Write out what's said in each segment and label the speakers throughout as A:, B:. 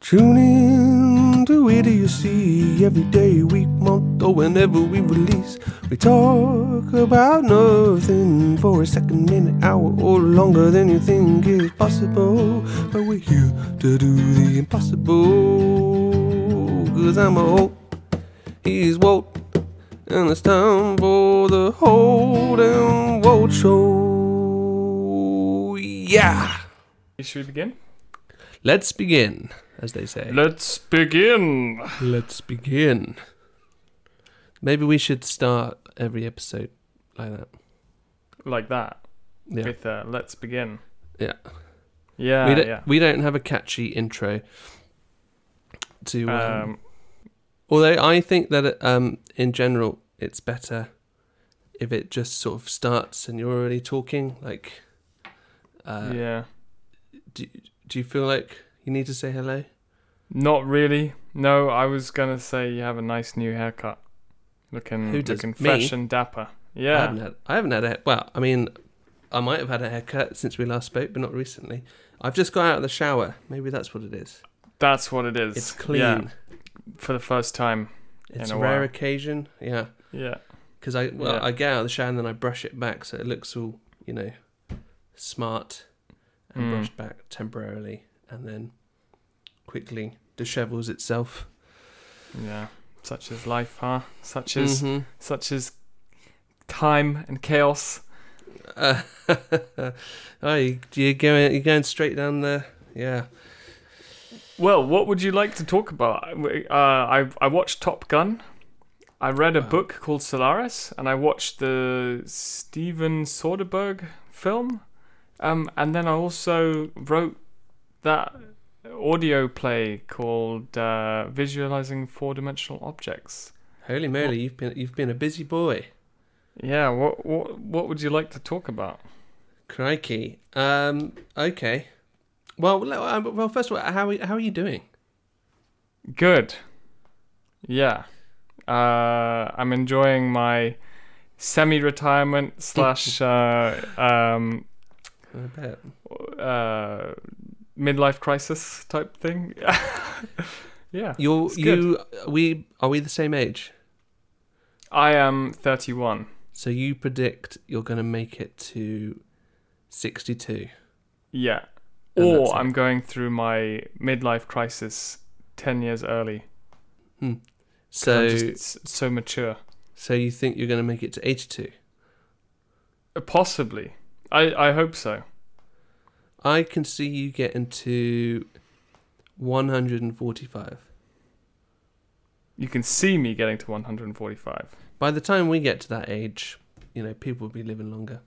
A: Tune in to idiocy every day, week, month, or whenever we release. We talk about nothing for a second, minute, hour, or longer than you think is possible. But we're here to do the impossible. Cause I'm a hope, he's Walt, and it's time for the Hold and Walt Show. Yeah!
B: Should we begin?
A: Let's begin, as they say.
B: Let's begin.
A: Let's begin. Maybe we should start every episode like that.
B: Like that.
A: Yeah.
B: With uh, let's begin.
A: Yeah.
B: Yeah.
A: we don't
B: Uh, yeah.
A: we don't have a catchy intro to um,
B: um,
A: although I think that um in general it's better if it just sort of starts and you're already talking like uh
B: yeah.
A: do, do you feel like you need to say hello?
B: Not really. No, I was gonna say you have a nice new haircut. Looking
A: Who does?
B: looking
A: Me?
B: fresh and dapper.
A: I
B: Yeah.
A: haven't had, I haven't had a well, I mean, I might have had a haircut since we last spoke, but not recently. I've just got out of the shower. Maybe that's what it is.
B: That's what it is.
A: It's clean.
B: Yeah, for the first time.
A: It's
B: in
A: a,
B: a
A: rare
B: while.
A: occasion. Yeah,
B: Yeah.
A: because I well,
B: Yeah.
A: I get out of the shower and then I brush it back, so it looks all you know, smart and
B: Mm.
A: brushed back temporarily, and then quickly dishevels itself.
B: Yeah. Such is life, huh? Such is
A: Mhm.
B: such is time and chaos.
A: Uh, oh, you, you're going you're going straight down the yeah.
B: Well, what would you like to talk about? Uh, I I watched Top Gun. I read a
A: Wow.
B: book called Solaris, and I watched the Steven Soderbergh film. Um, and then I also wrote that audio play called uh, "Visualizing Four-Dimensional Objects."
A: Holy moly, you've been you've been a busy boy.
B: Yeah, what what what would you like to talk about?
A: Crikey. Um. Okay. Well, le- uh, well. First of all, how are you- how are you doing?
B: Good. Yeah. Uh, I'm enjoying my semi-retirement slash uh, um,
A: I bet.
B: uh, midlife crisis type thing. yeah.
A: You're
B: It's good.
A: you. We are we the same age?
B: I am 31.
A: So you predict you're going to make it to sixty-two.
B: Yeah.
A: And that's
B: Or
A: it.
B: I'm going through my midlife crisis 10 years early.
A: So
B: I'm just s- so mature.
A: so you think you're going to make it to eighty-two?
B: Uh, Possibly. I, I hope so.
A: I can see you getting to one hundred and forty-five.
B: You can see me getting to 145.
A: By the time we get to that age, you know, people will be living longer.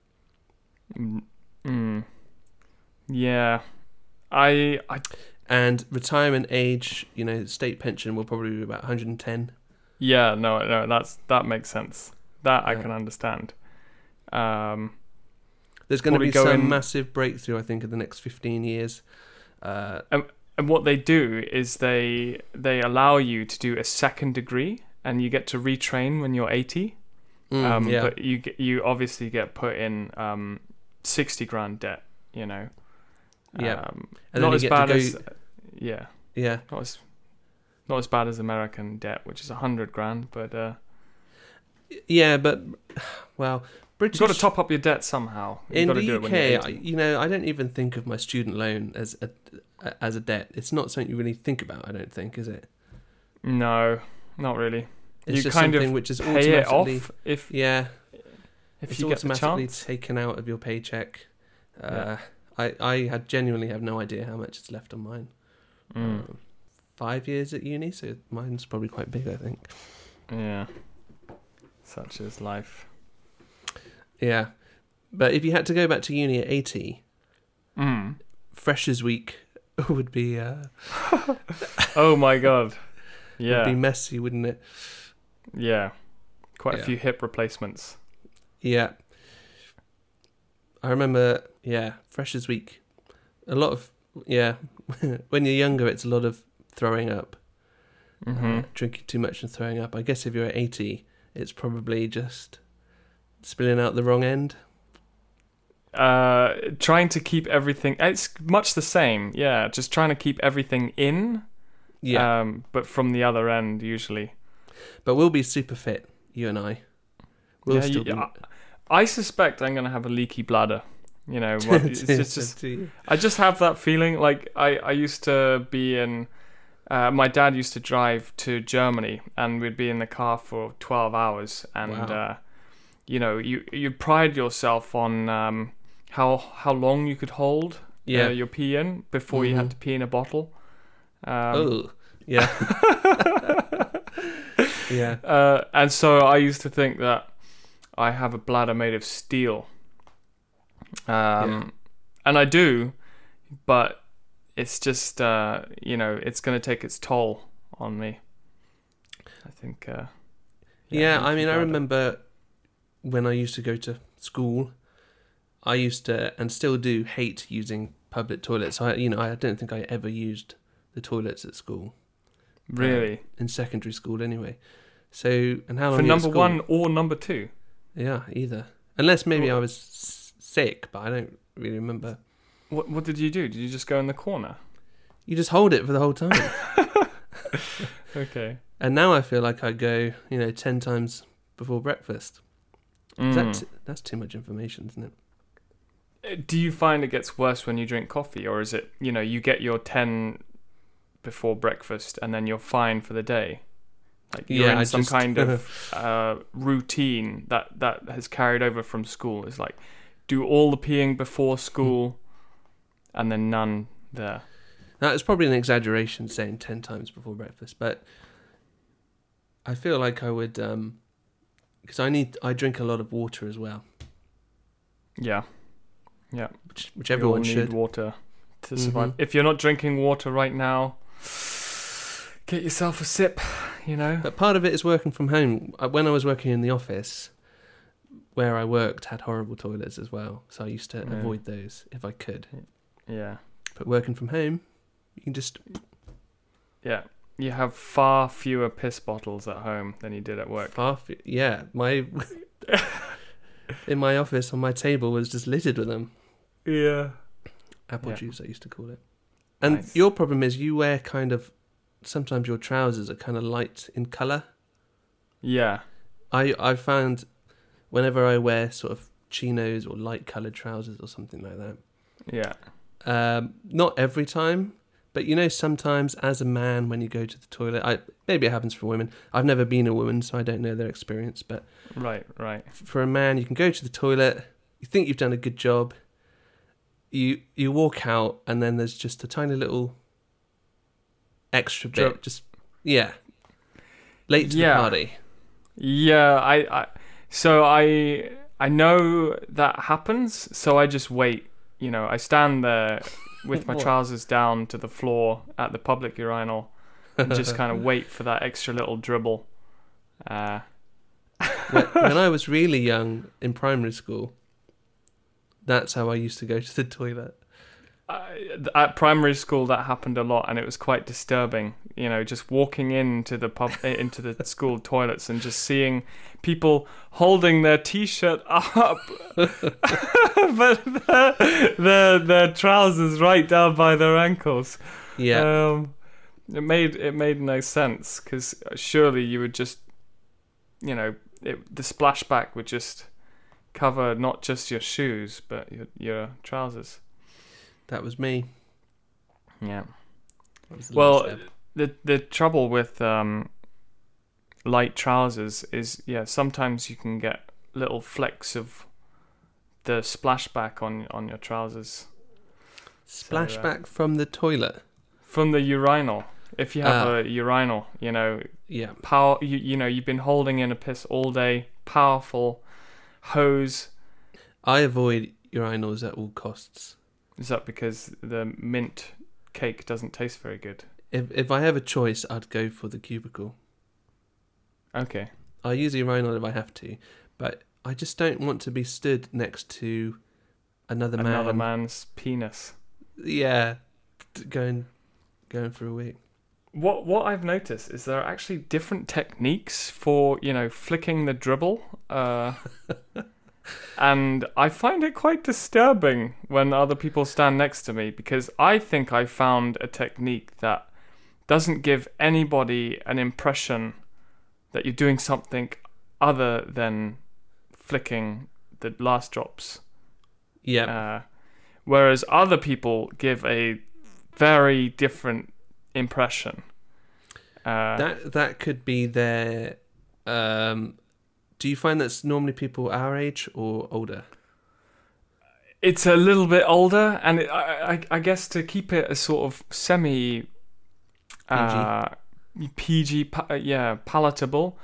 B: Mm. Mm. Yeah. I I
A: And retirement age, you know, state pension will probably be about one hundred and ten.
B: Yeah, no, no, that's that makes sense. That I
A: Yeah.
B: can understand. Um,
A: There's going to
B: Probably
A: be some
B: going-
A: massive breakthrough, I think, in the next 15 years. Uh,
B: and what they do is they they allow you to do a second degree, and you get to retrain when you're 80.
A: mm,
B: um,
A: yeah.
B: But you get- you obviously get put in um, 60 grand debt. You know.
A: Yeah.
B: Um,
A: And then
B: not
A: you
B: as
A: get to
B: bad
A: go-
B: as yeah,
A: yeah.
B: not as not as bad as American debt, which is 100 grand, but uh,
A: Yeah, but, well, British.
B: you've got to top up your debt somehow. You've
A: in
B: got to
A: the
B: do it
A: UK,
B: when you're
A: I,
B: 80.
A: you know, I don't even think of my student loan as a, as a debt. It's not something you really think about, I don't think, is it?
B: No, not really.
A: It's
B: You
A: just
B: kind of
A: something which is
B: pay it
A: automatically.
B: off if
A: Yeah,
B: if
A: it's
B: you get the
A: automatically
B: chance.
A: taken out of your paycheck. Uh,
B: Yeah.
A: I, I had genuinely have no idea how much is left on mine.
B: Mm,
A: Um, five years at uni, so mine's probably quite big, I think.
B: yeah, such is life.
A: Yeah. But if you had to go back to uni at 80,
B: Mm.
A: Freshers Week would be uh,
B: Oh my god.
A: would be
B: Yeah,
A: messy, wouldn't it?
B: yeah. Quite
A: Yeah.
B: a few hip replacements.
A: Yeah. I remember, yeah, Freshers Week. A lot of, yeah, when you're younger, it's a lot of throwing up,
B: hmm
A: uh, drinking too much and throwing up. I guess if you're at 80, it's probably just spilling out the wrong end.
B: Uh, trying to keep everything. It's much the same. Yeah, just trying to keep everything in,
A: Yeah.
B: um, but from the other end usually.
A: but we'll be super fit, you and I. We'll
B: Yeah,
A: still
B: you- I, I suspect I'm gonna have a leaky bladder. You know,
A: be.
B: what, it's, it's just I just have that feeling. Like I, I used to be in. Uh, my dad used to drive to Germany, and we'd be in the car for twelve hours. And
A: Wow.
B: uh, you know, you you pride yourself on um, how how long you could hold
A: Yeah. Mm-hmm.
B: uh, your pee in before you had to pee in a bottle. Um,
A: oh, yeah. yeah.
B: uh, and so I used to think that I have a bladder made of steel. Um, And I do, but it's just, uh, you know, it's going to take its toll on me. I think. Uh,
A: Yeah, I mean, I
B: bladder.
A: remember when I used to go to school, I used to and still do hate using public toilets. I, you know, I don't think I ever used the toilets at school
B: Really?
A: in secondary school anyway. So, and how long were
B: For
A: you at
B: number
A: school?
B: one or number two?
A: Yeah, either unless maybe I was s- sick, but I don't really remember.
B: What, what did you do? Did you just go in the corner?
A: You just hold it for the whole time,
B: Okay.
A: and now I feel like I go, you know, ten times before breakfast. Is that
B: Mm.
A: t- that's too much information, isn't it?
B: Uh, Do you find it gets worse when you drink coffee, or is it you know you get your ten before breakfast and then you're fine for the day? Like you're
A: Yeah,
B: in
A: I
B: some
A: just-
B: kind of uh, routine that that has carried over from school. It's like do all the peeing before school, and then none there.
A: Now, it's probably an exaggeration saying 10 times before breakfast, but I feel like I would, um 'cause because I need, I drink a lot of water as well,
B: Yeah,
A: which, which
B: we all
A: everyone
B: need
A: should.
B: water to survive.
A: Mhm.
B: If you're not drinking water right now, get yourself a sip. You know.
A: But part of it is working from home. Uh, When I was working in the office, where I worked had horrible toilets as well, so I used to
B: Yeah.
A: avoid those if I could.
B: Yeah.
A: But working from home, you can just,
B: Yeah. You have far fewer piss bottles at home than you did at work.
A: far f- yeah, my, in my office on my table was just littered with them.
B: Yeah.
A: apple
B: Yeah.
A: juice I used to call it. And
B: Nice.
A: your problem is you wear kind of sometimes your trousers are kind of light in color.
B: Yeah.
A: I I found whenever I wear sort of chinos or light colored trousers or something like that.
B: Yeah.
A: Um, not every time, but you know sometimes as a man when you go to the toilet, I maybe it happens for women. I've never been a woman, so I don't know their experience, but
B: Right, right.
A: for a man, you can go to the toilet. You think you've done a good job. You you walk out, and then there's just a tiny little extra bit.
B: Drip.
A: Just yeah, late to
B: Yeah.
A: the party.
B: Yeah, I, I so I I know that happens, so I just wait. You know, I stand there with my
A: What?
B: trousers down to the floor at the public urinal and just kind of wait for that extra little dribble. Uh,
A: when, when I was really young in primary school, that's how I used to go to the toilet.
B: I, at primary school that happened a lot and it was quite disturbing you know just walking into the pub eh, into the school toilets and just seeing people holding their t-shirt up but their, their their trousers right down by their ankles
A: Yeah,
B: um, it made it made no sense because surely you would just, you know, it, the splashback would just cover not just your shoes but your your trousers.
A: that was me.
B: Yeah.
A: That was the
B: Well, uh,
A: last step.
B: the the trouble with um, light trousers is yeah sometimes you can get little flecks of the splashback on on your trousers
A: splashback from the toilet.
B: from the urinal. If you have
A: Ah.
B: a urinal, you know
A: Yeah,
B: power you, you know you've been holding in a piss all day powerful hose
A: I avoid urinals at all costs.
B: is that because the mint cake doesn't taste very good
A: If if I have a choice, I'd go for the cubicle.
B: okay
A: I use a urinal if I have to, but I just don't want to be stood next to another man.
B: another man's penis
A: Yeah, t- going going for a week.
B: what what i've noticed is there are actually different techniques for you know flicking the dribble uh and i find it quite disturbing when other people stand next to me because i think i found a technique that doesn't give anybody an impression that you're doing something other than flicking the last drops.
A: Yeah.
B: Uh, whereas other people give a very different impression. Uh,
A: that that could be their. Um, do you find that's normally people our age or older?
B: it's a little bit older, and it, I, I, I guess to keep it a sort of semi uh, PG, pa- uh, yeah, palatable.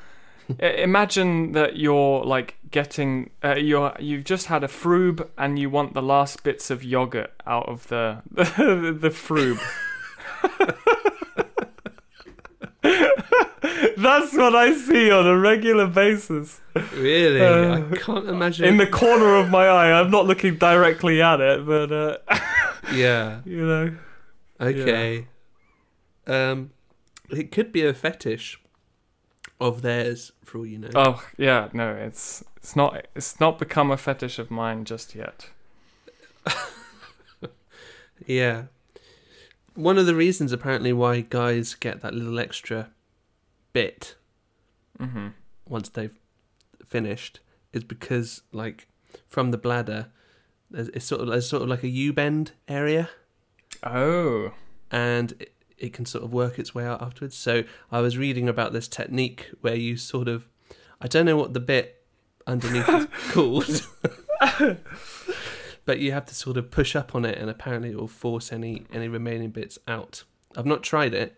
B: I- Imagine that you're like getting uh, you're you've just had a froob and you want the last bits of yogurt out of the the, the froob. That's what I see on a regular basis.
A: Really,
B: Uh,
A: I can't imagine.
B: In the corner of my eye, I'm not looking directly at it, but uh,
A: yeah.
B: you know.
A: Okay. Um, it could be a fetish of theirs, for all you know.
B: Oh yeah, no, it's it's not it's not become a fetish of mine just yet.
A: Yeah. One of the reasons, apparently, why guys get that little extra bit
B: hmm
A: once they've finished is because, like, from the bladder, there's, it's sort of there's sort of like a U bend area,
B: Oh,
A: and it, it can sort of work its way out afterwards. So I was reading about this technique where you sort of, I don't know what the bit underneath is called. But you have to sort of push up on it, and apparently it will force any any remaining bits out. I've not tried it,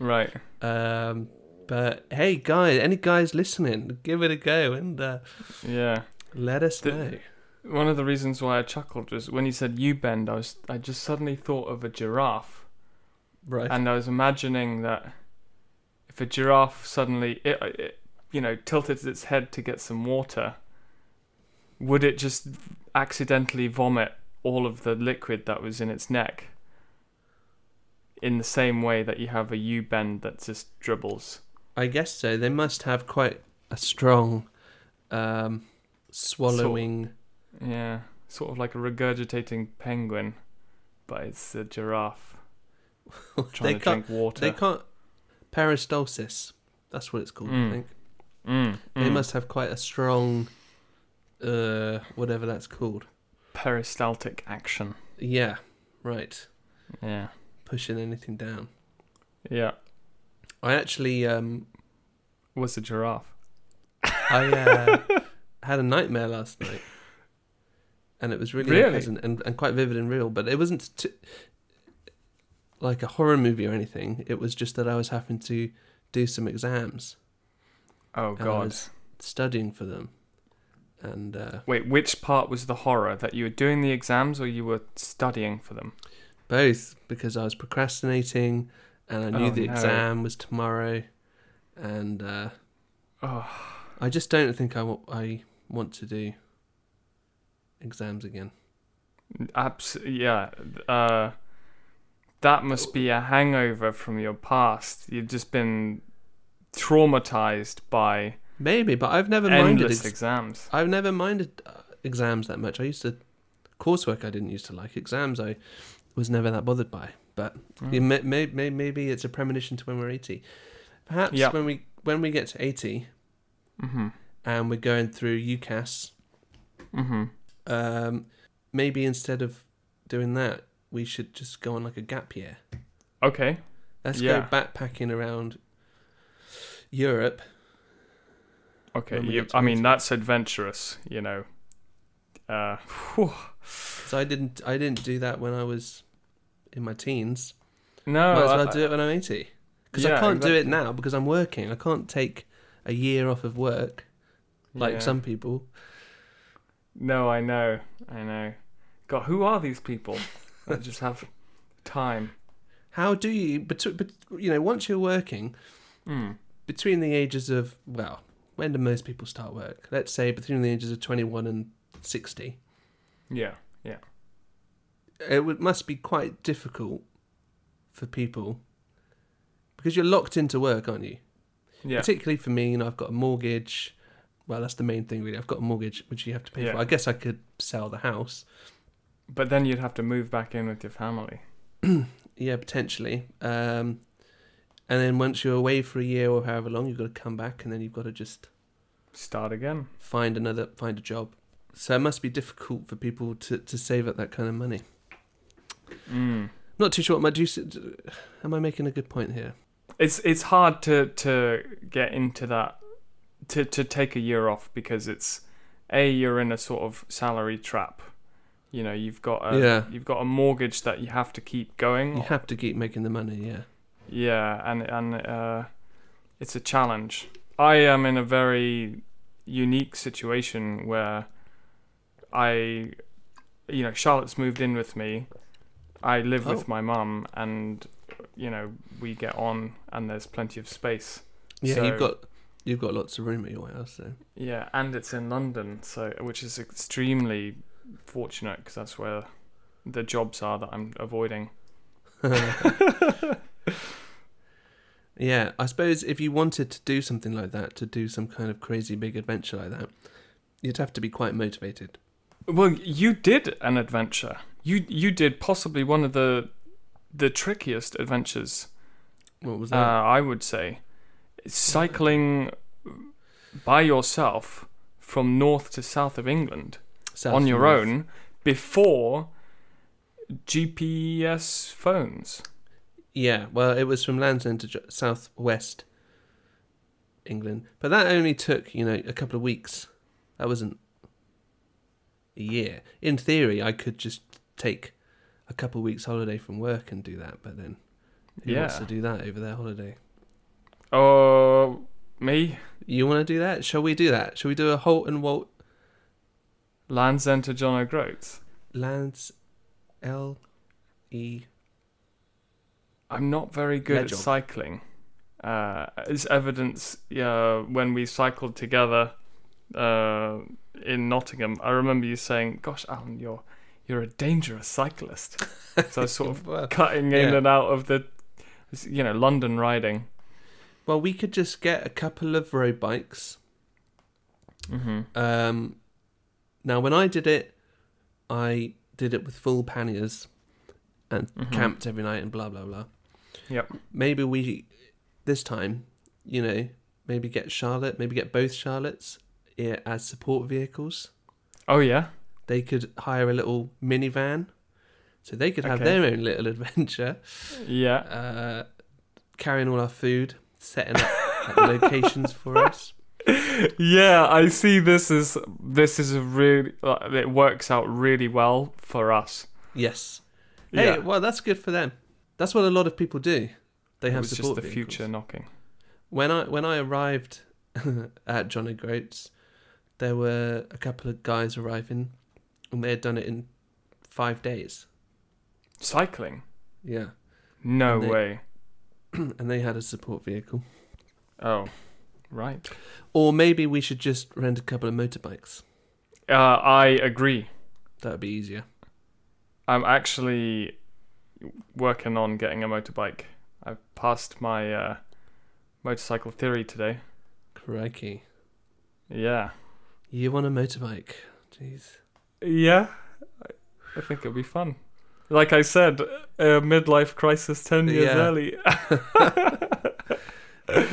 B: right.
A: Um, but hey, guys, any guys listening, give it a go and uh,
B: Yeah.
A: let us
B: The-
A: know.
B: One of the reasons why I chuckled was when you said you bend, I was I just suddenly thought of a giraffe,
A: Right.
B: and I was imagining that if a giraffe suddenly it, it you know tilted its head to get some water, would it just accidentally vomit all of the liquid that was in its neck? In the same way that you have a U bend that just dribbles.
A: I guess so. They must have quite a strong um, swallowing.
B: Yeah, sort of like a regurgitating penguin, but it's a giraffe trying
A: they
B: to
A: can't.
B: drink water.
A: They can't. Peristalsis. That's what it's called. I
B: Mm,
A: think
B: Mm,
A: they
B: mm.
A: must have quite a strong, uh, whatever that's called.
B: peristaltic action.
A: Yeah. Right.
B: Yeah,
A: Pushing anything down.
B: yeah.
A: I actually um,
B: Was a giraffe.
A: I uh, had a nightmare last night, and it was really,
B: Really?
A: unpleasant and, and quite vivid and real. But it wasn't t- like a horror movie or anything. It was just that I was having to do some exams,
B: Oh
A: And I
B: god.
A: was- studying for them, and uh,
B: Wait, which part was the horror that you were doing the exams or you were studying for them?
A: both because I was procrastinating, and I knew
B: Oh,
A: the
B: no.
A: exam was tomorrow, and uh,
B: Oh,
A: I just don't think I wa- I want to do exams again.
B: abs- yeah. Uh, that must be a hangover from your past. You've just been traumatized by
A: Maybe, but I've never minded
B: endless
A: exams.
B: exams.
A: I've never minded uh, exams that much. I used to coursework I didn't used to like. Exams I was never that bothered by. But
B: Hmm.
A: you
B: Mm.
A: may, may, may, maybe it's a premonition to when we're eighty. Perhaps
B: Yeah.
A: when we when we get to eighty
B: Mm-hmm.
A: and we're going through UCAS,
B: Mm-hmm.
A: um, maybe instead of doing that, we should just go on like a gap year.
B: Okay.
A: Let's
B: Yeah.
A: go backpacking around Europe.
B: Okay.
A: When we
B: You,
A: get to
B: I mean,
A: it.
B: that's adventurous, you know. Uh, whew.
A: 'Cause I didn't I didn't do that when I was in my teens.
B: no.
A: Might as
B: Oh, I-
A: well do it when I'm 80. Because I
B: Yeah,
A: can't do it
B: exactly.
A: now because I'm working. I can't take a year off of work like
B: yeah.
A: some people.
B: No, I know, I know. God, who are these people that just have time?
A: How do you, bet- bet- you know, once you're working,
B: Mm.
A: between the ages of, well, when do most people start work? Let's say between the ages of 21 and 60.
B: Yeah, yeah.
A: It would, must be quite difficult for people because you're locked into work, aren't you?
B: Yeah.
A: particularly for me, you know, I've got a mortgage. Well, that's the main thing, really. I've got a mortgage which you have to pay for.
B: Yeah.
A: I guess I could sell the house,
B: But then you'd have to move back in with your family.
A: Yeah, potentially. Um, And then once you're away for a year or however long, you've got to come back, and then you've got to just
B: Start again.
A: find another find a job. So it must be difficult for people to, to save up that kind of money.
B: Mm.
A: Not too sure. Am I, do you, am I making a good point here?
B: It's it's hard to to get into that to to take a year off because it's a you're in a sort of salary trap. You know, you've got a
A: Yeah.
B: you've got a mortgage that you have to keep
A: You
B: going.
A: have to keep making the money. Yeah.
B: Yeah, and and uh, it's a challenge. I am in a very unique situation where I, you know, Charlotte's moved in with me. I live
A: Oh.
B: with my mum, and you know we get on, and there's plenty of space.
A: Yeah.
B: So-
A: you've got you've got lots of room at your house. So
B: Yeah, and it's in London, so which is extremely fortunate because that's where the jobs are that I'm avoiding.
A: yeah, I suppose if you wanted to do something like that, to do some kind of crazy big adventure like that, you'd have to be quite motivated.
B: Well, you did an adventure. You you did possibly one of the the trickiest adventures.
A: What was
B: Uh,
A: that?
B: I would say, cycling by yourself from north to south of England
A: South
B: on your
A: North.
B: own before GPS phones.
A: Yeah, well, it was from Land's End to Ju- southwest England, but that only took you know a couple of weeks. That wasn't a year. In theory, I could just take a couple of weeks holiday from work and do that, but then who wants
B: Yeah.
A: to do that over their holiday?
B: Oh, me
A: You want to do that? Shall we do that? Shall we do a Holt and Walt
B: Land's End to John O'Groats.
A: Land's L E?
B: I'm not very good
A: Ledge of.
B: at cycling. Uh, as evidence, uh, when we cycled together uh, in Nottingham, I remember you saying, "Gosh, Alan, you're you're a dangerous cyclist." So I sort of uh,
A: Well,
B: cutting in
A: yeah.
B: and out of the, you know, London riding.
A: well, we could just get a couple of road bikes.
B: Mm-hmm.
A: Um, now, when I did it, I did it with full panniers and
B: Mhm.
A: camped every night and blah blah blah.
B: Yep.
A: Maybe we this time, you know, maybe get Charlotte, maybe get both Charlottes eh, as support vehicles.
B: Oh yeah,
A: They could hire a little minivan, so they could have
B: Okay.
A: their own little adventure,
B: yeah.
A: uh, carrying all our food, setting up like, locations for us.
B: yeah, I see. This is this is a really uh, it works out really well for us.
A: Yes. Hey,
B: yeah,
A: well, that's good for them. That's what a lot of people do. They
B: it
A: have
B: was just
A: support
B: the
A: vehicles.
B: future knocking.
A: When I when I arrived at John O'Groats, there were a couple of guys arriving, and they had done it in five days.
B: Cycling?
A: Yeah,
B: No
A: And they-
B: way.
A: and they had a support vehicle.
B: Oh, right.
A: Or maybe we should just rent a couple of motorbikes.
B: Uh, I agree.
A: That would be easier.
B: I'm actually working on getting a motorbike. I passed my uh, motorcycle theory today.
A: Crikey,
B: Yeah.
A: you want a motorbike? Jeez.
B: Yeah. I think it'll be fun. Like I said, a midlife crisis 10 years
A: Yeah.
B: early.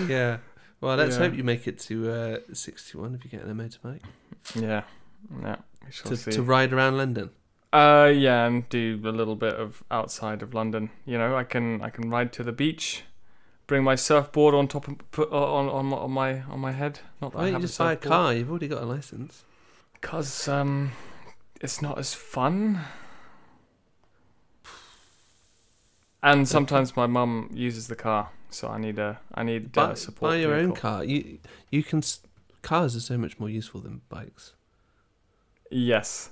A: yeah. Well, let's
B: Yeah.
A: hope you make it to uh, sixty-one if you get a motorbike
B: yeah. Yeah. We shall
A: to,
B: see.
A: to ride around London.
B: Uh, yeah, and do a little bit of outside of London. You know, I can I can ride to the beach, bring my surfboard on top of put uh, on on, my- on my on my head. Not that
A: Why
B: I
A: don't you
B: have
A: just buy a
B: surfboard.
A: car? You've already got a license.
B: Cause um, it's not as fun. And sometimes my mum uses the car, so I need a I need uh,
A: buy,
B: support.
A: buy your own
B: vehicle.
A: car. You you can. s- Cars are so much more useful than bikes.
B: Yes,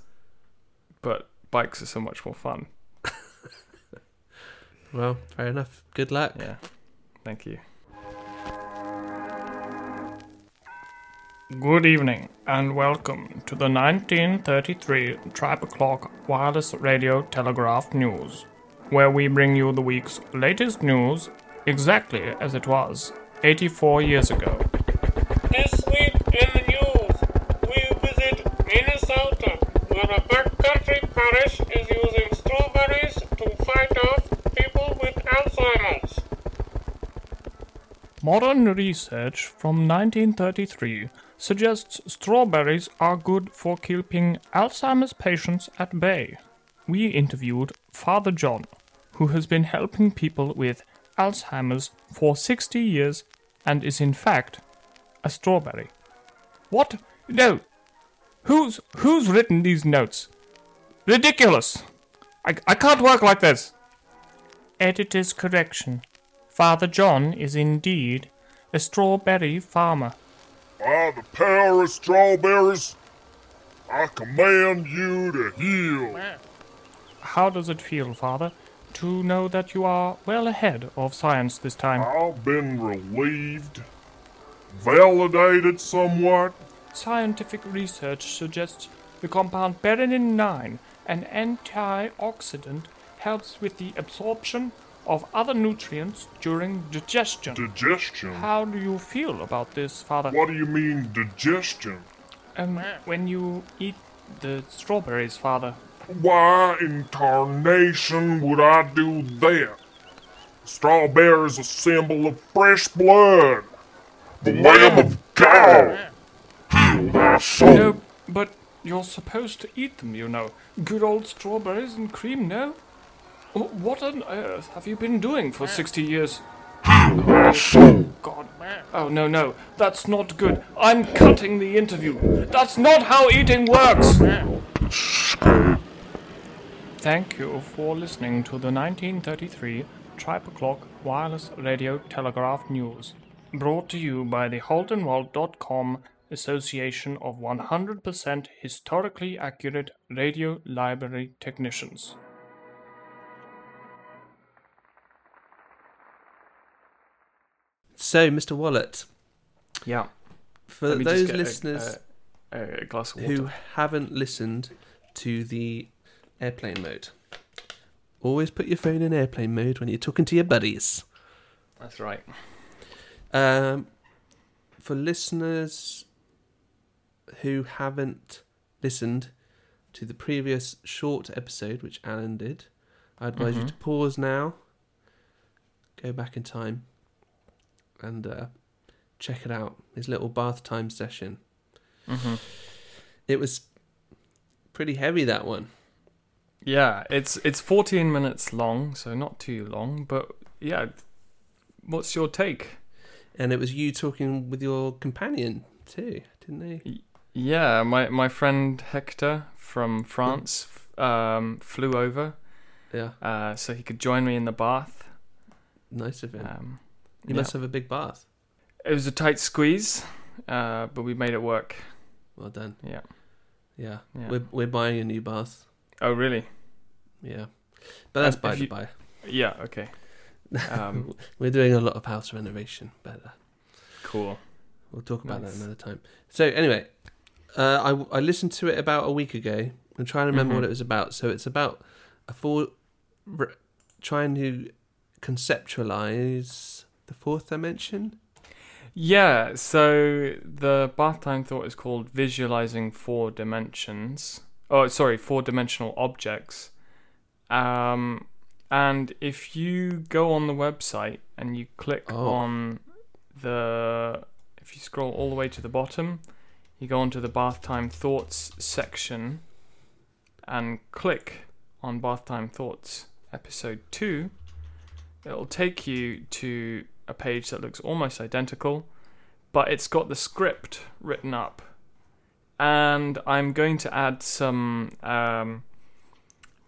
B: but bikes are so much more fun.
A: Well, fair enough. Good luck.
B: Yeah, thank you.
C: Good evening and welcome to the 1933 Tribe O'Clock Wireless Radio Telegraph News, where we bring you the week's latest news exactly as it was 84 years ago.
D: This week in the news, we visit Minnesota, where a backcountry parish is using strawberries to fight off people with Alzheimer's.
C: Modern research from 1933 suggests strawberries are good for keeping Alzheimer's patients at bay. We interviewed Father John, who has been helping people with Alzheimer's for 60 years and is in fact a strawberry. What? No. Who's who's written these notes? Ridiculous. I, I can't work like this. Editor's correction. Father John is indeed a strawberry farmer.
E: By the power of strawberries, I command you to heal.
C: How does it feel, Father, to know that you are well ahead of science this time?
E: I've been relieved, validated somewhat.
C: Scientific research suggests the compound berenin 9, an antioxidant, helps with the absorption of other nutrients during digestion.
E: Digestion?
C: How do you feel about this, Father?
E: What do you mean, digestion?
C: Um, when you eat the strawberries, Father,
E: Why in tarnation would I do that? Strawberries a symbol of fresh blood. The Lamb of God. Heal thy soul.
C: No, but you're supposed to eat them, you know. Good old strawberries and cream, no? Wh- What on earth have you been doing for 60 years? God. Oh, no, no. That's not good. I'm cutting the interview. That's not how eating works! Thank you for listening to the 1933 Tribe O'Clock Wireless Radio Telegraph News, brought to you by the HoldenWald.com Association of 100% Historically Accurate Radio Library Technicians.
A: So, Mr. Wallet,
B: Yeah.
A: for
B: Let me just
A: those
B: get a-
A: listeners
B: a, a, glass of water.
A: who haven't listened to the airplane mode, always put your phone in airplane mode when you're talking to your buddies.
B: That's right.
A: Um, for listeners who haven't listened to the previous short episode, which Alan did, I advise you to pause now, go back in time, and uh, check it out. His little bath time session. It was pretty heavy that one.
B: Yeah, it's it's 14 minutes long, so not too long, but yeah. What's your take?
A: And it was you talking with your companion too, didn't they?
B: Yeah, my my friend Hector from France f- um, flew over
A: Yeah,
B: uh, so he could join me in the bath.
A: nice of him.
B: Um,
A: you
B: yeah.
A: must have a big bath.
B: It was a tight squeeze, uh, but we made it work.
A: Well done.
B: Yeah.
A: Yeah.
B: Yeah.
A: We're, we're buying a new bath.
B: Oh, really?
A: Yeah. But that's
B: And
A: by
B: if
A: the
B: you-
A: by.
B: Yeah. Okay. Um,
A: We're doing a lot of house renovation, but uh,
B: cool.
A: we'll talk about
B: Nice.
A: that another time. So, anyway, uh, I, I listened to it about a week ago. I'm trying to remember what
B: Mhm.
A: it was about. So, it's about a four, re, trying to conceptualize the fourth dimension.
B: Yeah, so the bath time thought is called visualizing four dimensions. Oh, sorry, four dimensional objects. Um, and if you go on the website and you click
A: Oh.
B: on the, if you scroll all the way to the bottom, you go onto the bath time thoughts section and click on bath time thoughts episode two. It'll take you to a page that looks almost identical, but it's got the script written up. And I'm going to add some um,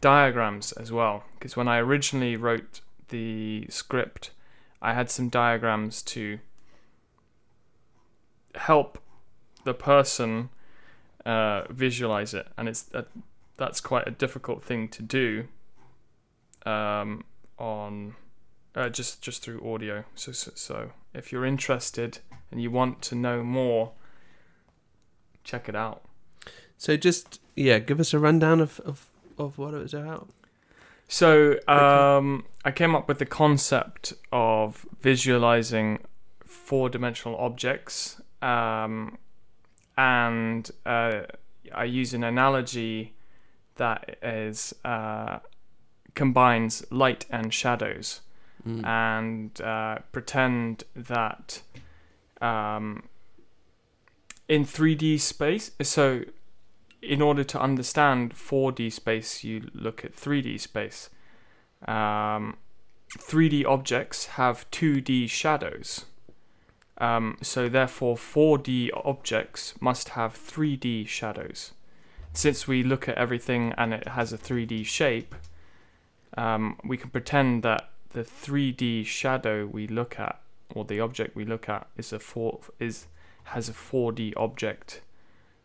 B: diagrams as well, because when I originally wrote the script, I had some diagrams to help the person uh, visualize it, and it's that that's quite a difficult thing to do um, on uh, just just through audio. So, so so if you're interested and you want to know more, check it out.
A: So, just, yeah, give us a rundown of, of, of what it was about.
B: So um, I came up with the concept of visualizing four-dimensional objects, um, and uh, I use an analogy that is uh, combines light and shadows. and uh, pretend that um, in 3D space. So, in order to understand 4D space, you look at 3D space. Um, 3D objects have 2D shadows. Um, so, therefore, 4D objects must have 3D shadows. Since we look at everything and it has a 3D shape, um, we can pretend that the 3D shadow we look at, or the object we look at, is a four is has a 4D object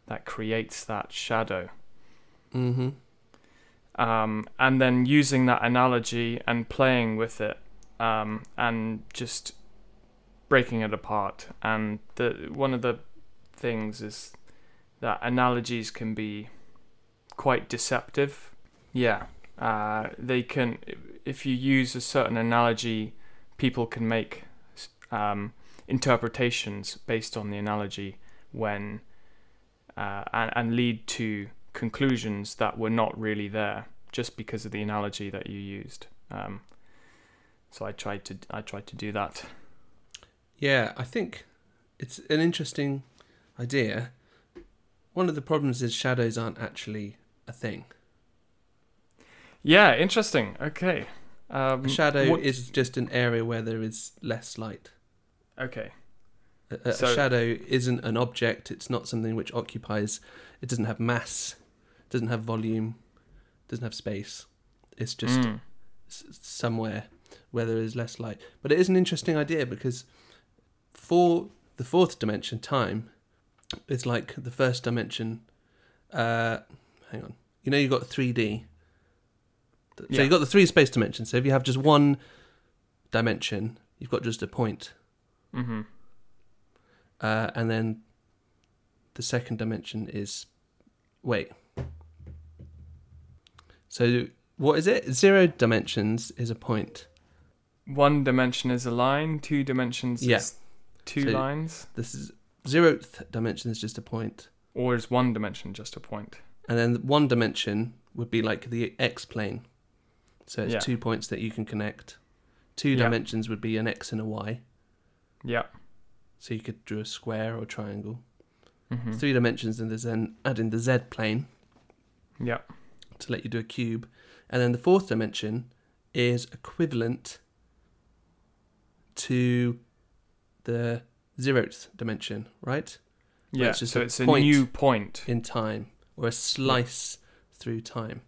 B: that creates that shadow.
A: Mm-hmm.
B: Um, and then using that analogy and playing with it, um, and just breaking it apart. And the one of the things is that analogies can be quite deceptive. Yeah, uh, they can. If you use a certain analogy, people can make um, interpretations based on the analogy when uh, and, and lead to conclusions that were not really there just because of the analogy that you used. Um, so I tried to I tried to do that.
A: Yeah, I think it's an interesting idea. One of the problems is shadows aren't actually a thing.
B: Yeah, interesting. Okay. Um,
A: A shadow
B: what-
A: is just an area where there is less light.
B: okay.
A: A, a
B: So-
A: shadow isn't an object. It's not something which occupies. It doesn't have mass. Doesn't have volume. Doesn't have space. It's just
B: Mm.
A: s- somewhere where there is less light. But it is an interesting idea because for the fourth dimension, time is like the first dimension. Uh, hang on, you know you got three D. So
B: Yeah.
A: you've got the three space dimensions. So if you have just one dimension, you've got just a point,
B: Mm-hmm.
A: uh, and then the second dimension is wait. So what is it? Zero dimensions is a point.
B: One dimension is a line. Two dimensions
A: Yeah.
B: is two
A: So-
B: lines.
A: This is zeroth dimension is just a point,
B: Or is one dimension just a point?
A: and then one dimension would be like the x plane. So it's
B: Yeah.
A: two points that you can connect. Two
B: Yeah.
A: dimensions would be an x and a y,
B: Yeah.
A: so you could draw a square or triangle.
B: Mm-hmm.
A: Three dimensions, and there's then add in the z plane
B: Yeah.
A: to let you do a cube, and then the fourth dimension is equivalent to the zeroth dimension, right?
B: Yeah.
A: it's just
B: so
A: a
B: it's a
A: point.
B: new point.
A: In time or a slice through time.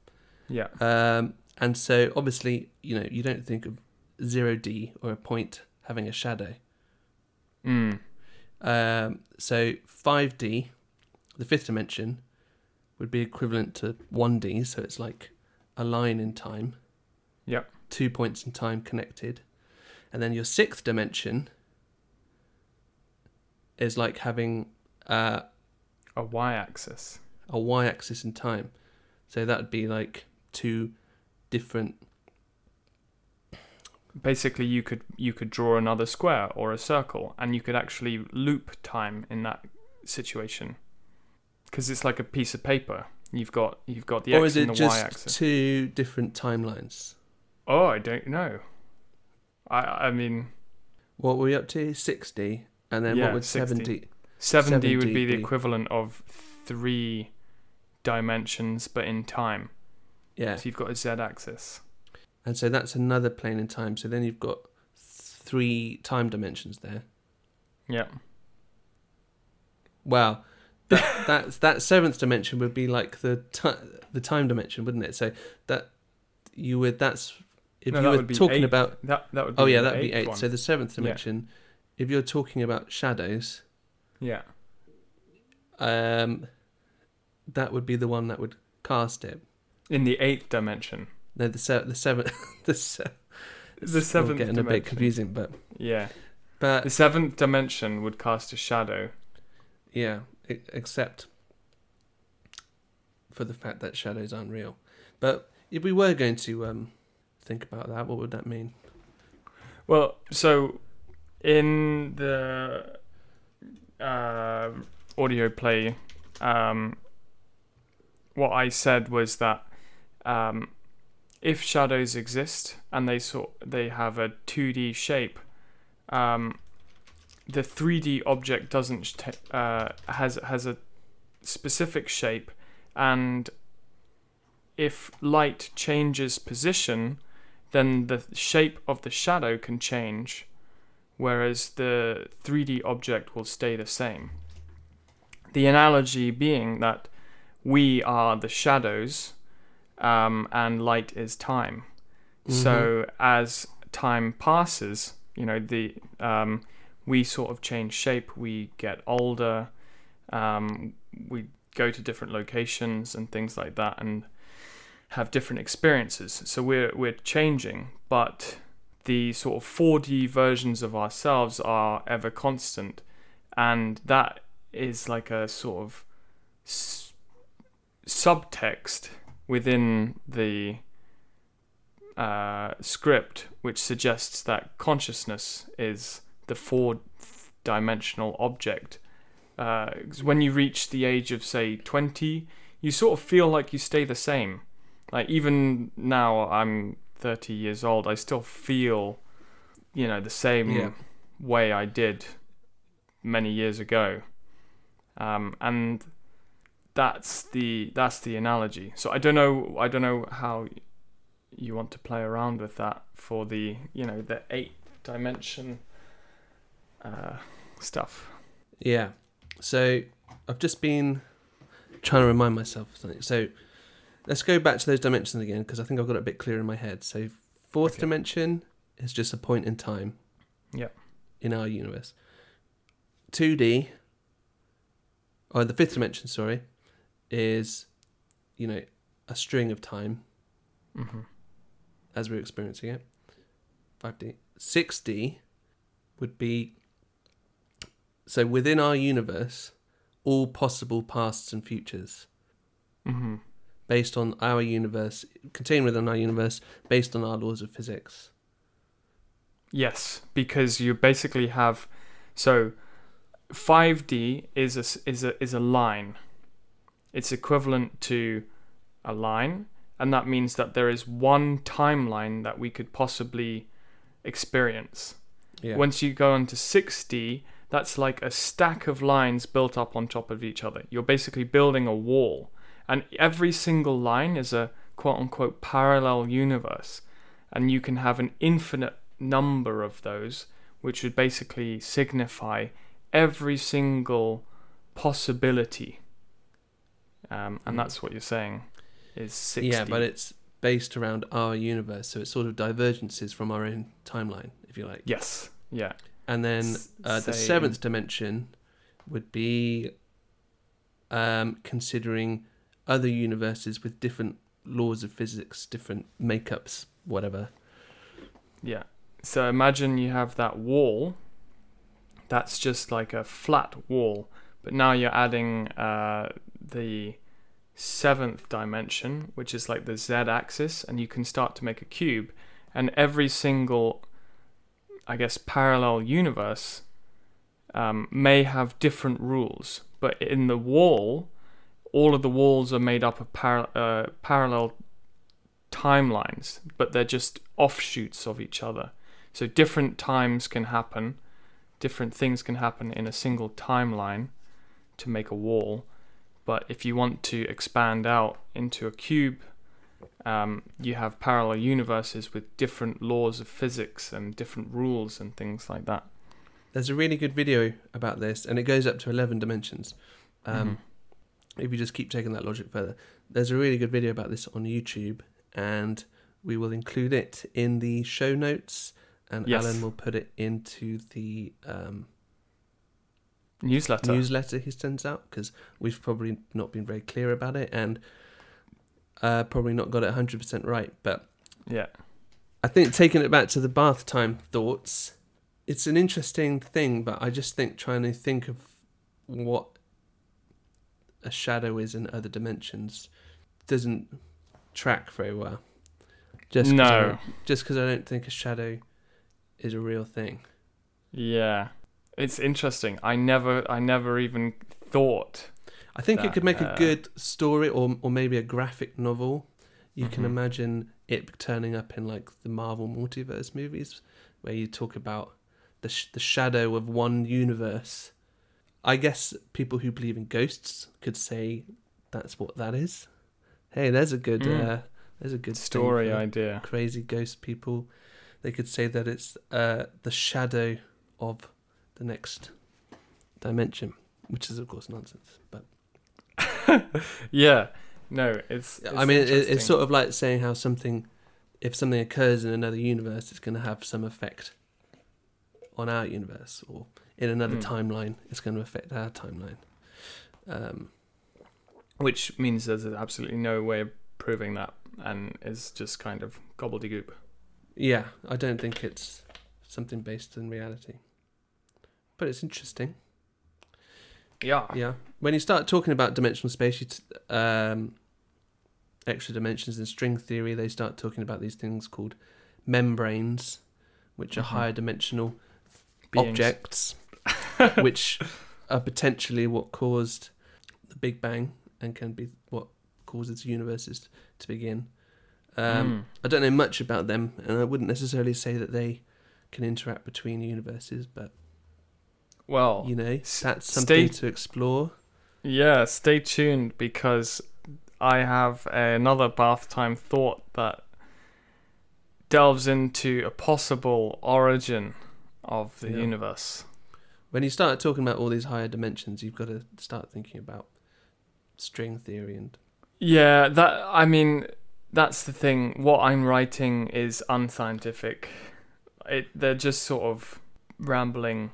B: Yeah.
A: Um, and so obviously, you know, you don't think of zero D or a point having a shadow.
B: Mm.
A: Um, so five D, the fifth dimension, would be equivalent to one D. So it's like a line in time.
B: Yep.
A: Two points in time connected, and then your sixth dimension is like having uh,
B: A y-axis.
A: a y-axis in time. So that would be like two different
B: basically you could you could draw another square or a circle and you could actually loop time in that situation because it's like a piece of paper you've got you've got the
A: or
B: x
A: is it
B: and the y
A: just
B: axis
A: two different timelines?
B: oh i don't know i i mean
A: What were we up to? 60. And then
B: Yeah,
A: what would
B: 60.
A: 70?
B: 70, would
A: 70,
B: be the
A: yeah.
B: equivalent of three dimensions but in time
A: Yeah.
B: so you've got a z axis
A: And so that's another plane in time. So then you've got three time dimensions there.
B: yeah
A: Wow. That, that's, that seventh dimension would be like the ti the time dimension, wouldn't it? So that you would, that's, if
B: No,
A: you
B: that
A: were
B: would be
A: talking
B: eight.
A: about,
B: that that would be
A: oh yeah,
B: the
A: that would be
B: eighth
A: eight. So
B: one.
A: the seventh dimension, if you're talking about shadows,
B: yeah
A: um, that would be the one that would cast it.
B: in the eighth dimension
A: No, the se- the seventh, the se-
B: the seventh
A: getting
B: dimension
A: a bit confusing, but
B: yeah
A: but
B: The seventh dimension would cast a shadow.
A: yeah, e- except for the fact that shadows aren't real. But if we were going to um, think about that, what would that mean?
B: Well, so in the uh, audio play, um, what I said was that um, if shadows exist and they sort they have a 2D shape, um, the 3D object doesn't sh- ta- uh, has has a specific shape, and if light changes position, then the shape of the shadow can change, whereas the 3D object will stay the same. The analogy being that we are the shadows um, and light is time. So as time passes, you know the um, we sort of change shape. We get older. Um, we go to different locations and things like that, and have different experiences. So we're we're changing, but the sort of 4D versions of ourselves are ever constant, and that is like a sort of s- subtext within the uh, script, which suggests that consciousness is the four-dimensional object. Uh, 'cause when you reach the age of say 20, you sort of feel like you stay the same. Like even now, I'm 30 years old. I still feel, you know, the same
A: Yeah.
B: way I did many years ago. Um, and that's the that's the analogy. So I don't know I don't know how you want to play around with that for the you know the eight dimension uh, stuff.
A: Yeah. So I've just been trying to remind myself of something. So let's go back to those dimensions again because I think I've got it a bit clearer in my head. So fourth dimension is just a point in time.
B: Yep.
A: In our universe. 2D or the fifth dimension, sorry, is you know, a string of time
B: hmm
A: as we're experiencing it. 5D. 6D would be so within our universe, all possible pasts and futures
B: hmm
A: based on our universe, contained within our universe, based on our laws of physics.
B: Yes, because you basically have so 5D is a s- is a is a line. It's equivalent to a line, and that means that there is one timeline that we could possibly experience.
A: Yeah.
B: Once you go on to 6D, that's like a stack of lines built up on top of each other. You're basically building a wall, and every single line is a quote unquote parallel universe. And you can have an infinite number of those, which would basically signify every single possibility. Um, and that's what you're saying is 6D.
A: Hmm. Yeah, but it's based around our universe, so it's sort of divergences from our own timeline, if you like.
B: Yes. Yeah.
A: And then
B: S-
A: uh, the
B: say-
A: seventh dimension would be um, considering other universes with different laws of physics, different makeups, whatever.
B: Yeah. So imagine you have that wall. That's just like a flat wall, but now you're adding uh, the seventh dimension, which is like the z-axis, and you can start to make a cube. And every single, I guess, parallel universe um, may have different rules, but in the wall, all of the walls are made up of par- uh, parallel timelines, but they're just offshoots of each other. So different times can happen, different things can happen in a single timeline to make a wall. But if you want to expand out into a cube, um, you have parallel universes with different laws of physics and different rules and things like that.
A: There's a really good video about this, and it goes up to 11 dimensions. Um,
B: Mm-hmm.
A: If you just keep taking that logic further, there's a really good video about this on YouTube, and we will include it in the show notes, and
B: Yes.
A: Alan will put it into the um,
B: Newsletter.
A: newsletter he sends out because we've probably not been very clear about it and uh, probably not got it 100% right. But
B: yeah.
A: I think taking it back to the bath time thoughts, it's an interesting thing, but I just think trying to think of what a shadow is in other dimensions doesn't track very well. Just 'cause I
B: No.
A: don't- just because I don't think a shadow is a real thing.
B: Yeah. It's interesting. I never I never even thought.
A: I think it
B: that,
A: could make a
B: uh,
A: good story or or maybe a graphic novel. You can
B: Mhm.
A: imagine it turning up in like the Marvel multiverse movies, where you talk about the sh- the shadow of one universe. I guess people who believe in ghosts could say that's what that is. Hey, there's a good
B: Mm.
A: uh, there's a good thing
B: Story
A: for
B: idea.
A: Crazy ghost people. They could say that it's uh, the shadow of the next dimension, which is of course nonsense. But
B: Yeah. No, it's.
A: I mean, it, it's sort of like saying how something, if something occurs in another universe, it's going to have some effect on our universe, or in another
B: Mm.
A: timeline, it's going to affect our timeline. Um,
B: Which means there's absolutely no way of proving that, and it's just kind of gobbledygook.
A: yeah, I don't think it's something based in reality, but it's interesting.
B: Yeah.
A: Yeah, when you start talking about dimensional space, you t- um, extra dimensions in string theory, they start talking about these things called membranes, which are
B: Mhm.
A: higher dimensional
B: Beings.
A: objects, which are potentially what caused the Big Bang and can be what causes universes to begin.
B: Hmm.
A: Um, I don't know much about them, and I wouldn't necessarily say that they can interact between universes, but
B: Well,
A: you know,
B: Oh, s-
A: that's something
B: stay-
A: to explore.
B: yeah, stay tuned because I have another bath time thought that delves into a possible origin of the
A: Yeah.
B: universe.
A: When you start talking about all these higher dimensions, you've got to start thinking about string theory and
B: Yeah, that I mean, that's the thing. What I'm writing is unscientific. It they're just sort of rambling.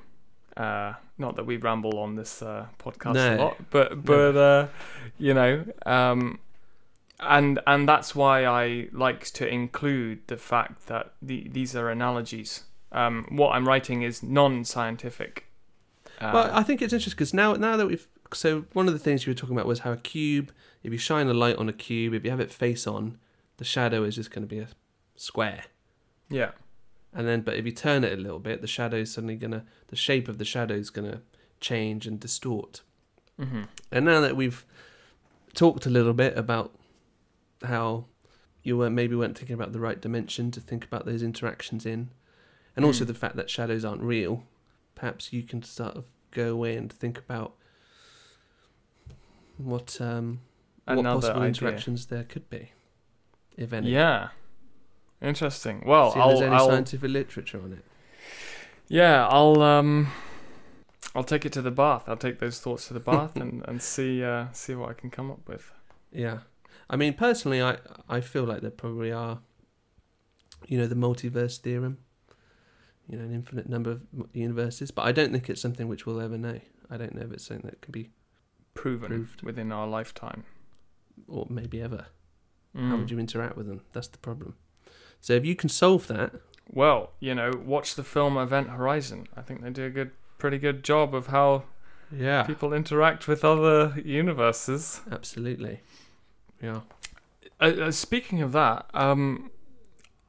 B: Uh, not that we ramble on this uh, podcast a
A: No.
B: lot, but but uh, you know, um, and and that's why I like to include the fact that the, these are analogies. Um, what I'm writing is non-scientific. Uh,
A: Well, I think it's interesting because now, now that we've so one of the things you were talking about was how a cube. If you shine a light on a cube, if you have it face on, the shadow is just going to be a square.
B: yeah,
A: And then, but if you turn it a little bit, the shadow is suddenly going to the shape of the shadow is going to change and distort.
B: hmm
A: And now that we've talked a little bit about how you were maybe weren't thinking about the right dimension to think about those interactions in, and also
B: Mm.
A: the fact that shadows aren't real, perhaps you can sort of go away and think about what um, what
B: another
A: possible
B: idea.
A: interactions there could be, if any.
B: Yeah. Interesting. Well,
A: See if
B: I'll,
A: there's any
B: I'll
A: scientific literature on it.
B: yeah, I'll um, I'll take it to the bath. I'll take those thoughts to the bath and and see uh, see what I can come up with.
A: Yeah, I mean personally, I I feel like there probably are. You know the multiverse theorem. You know an infinite number of m- universes, but I don't think it's something which we'll ever know. I don't know if it's something that can be,
B: Proven
A: Proved.
B: within our lifetime.
A: or maybe ever. How
B: Mm.
A: would you interact with them? That's the problem. So if you can solve that,
B: Well, you know, watch the film Event Horizon. I think they do a good, pretty good job of how
A: yeah,
B: people interact with other universes.
A: absolutely, yeah.
B: Uh, uh, speaking of that, um,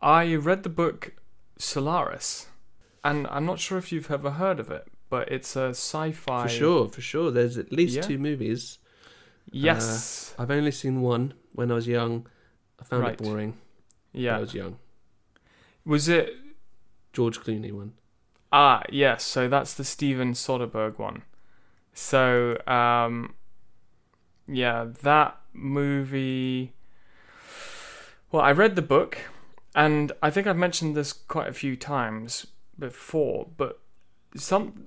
B: I read the book Solaris, and I'm not sure if you've ever heard of it, but it's a sci-fi.
A: For sure, for sure. There's at least
B: Yeah.
A: two movies.
B: Yes.
A: I've only seen one when I was young. I found
B: Right.
A: it boring when I
B: yeah.
A: was young.
B: Was it?
A: George Clooney one.
B: Ah, yes. So that's the Steven Soderbergh one. So, um, yeah, that movie. Well, I read the book, and I think I've mentioned this quite a few times before, but some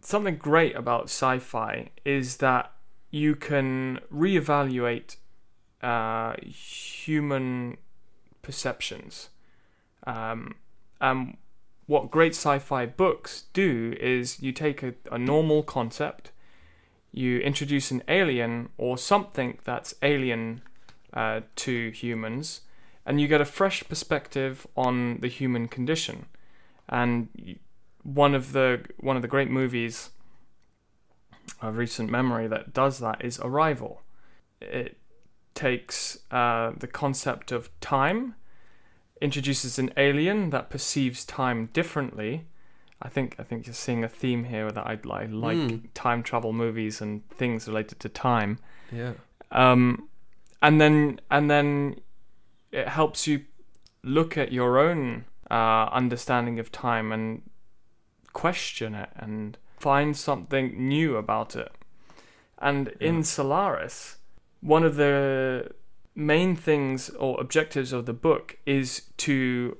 B: something great about sci-fi is that you can reevaluate uh, human perceptions. Um, um, what great sci-fi books do is you take a, a normal concept, you introduce an alien or something that's alien uh, to humans, and you get a fresh perspective on the human condition. And y- one of the one of the great movies of recent memory that does that is Arrival. It takes uh, the concept of time introduces an alien that perceives time differently. I think I think you're seeing a theme here that I, I like
A: Mm.
B: time travel movies and things related to time.
A: Yeah.
B: Um, and then and then it helps you look at your own uh, understanding of time and question it and find something new about it. And in Solaris, one of the main things or objectives of the book is to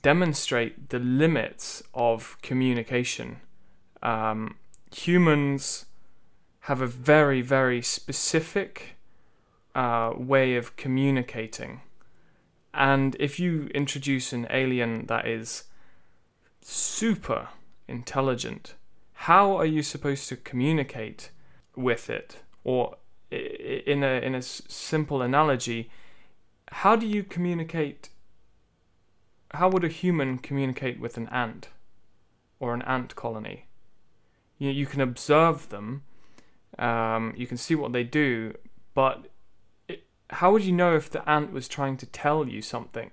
B: demonstrate the limits of communication. Um, humans have a very, very specific uh, way of communicating. And if you introduce an alien that is super intelligent, how are you supposed to communicate with it? Or i- i- in a in a s- simple analogy, how do you communicate? How would a human communicate with an ant, or an ant colony? You you can observe them, um, you can see what they do, but it, how would you know if the ant was trying to tell you something?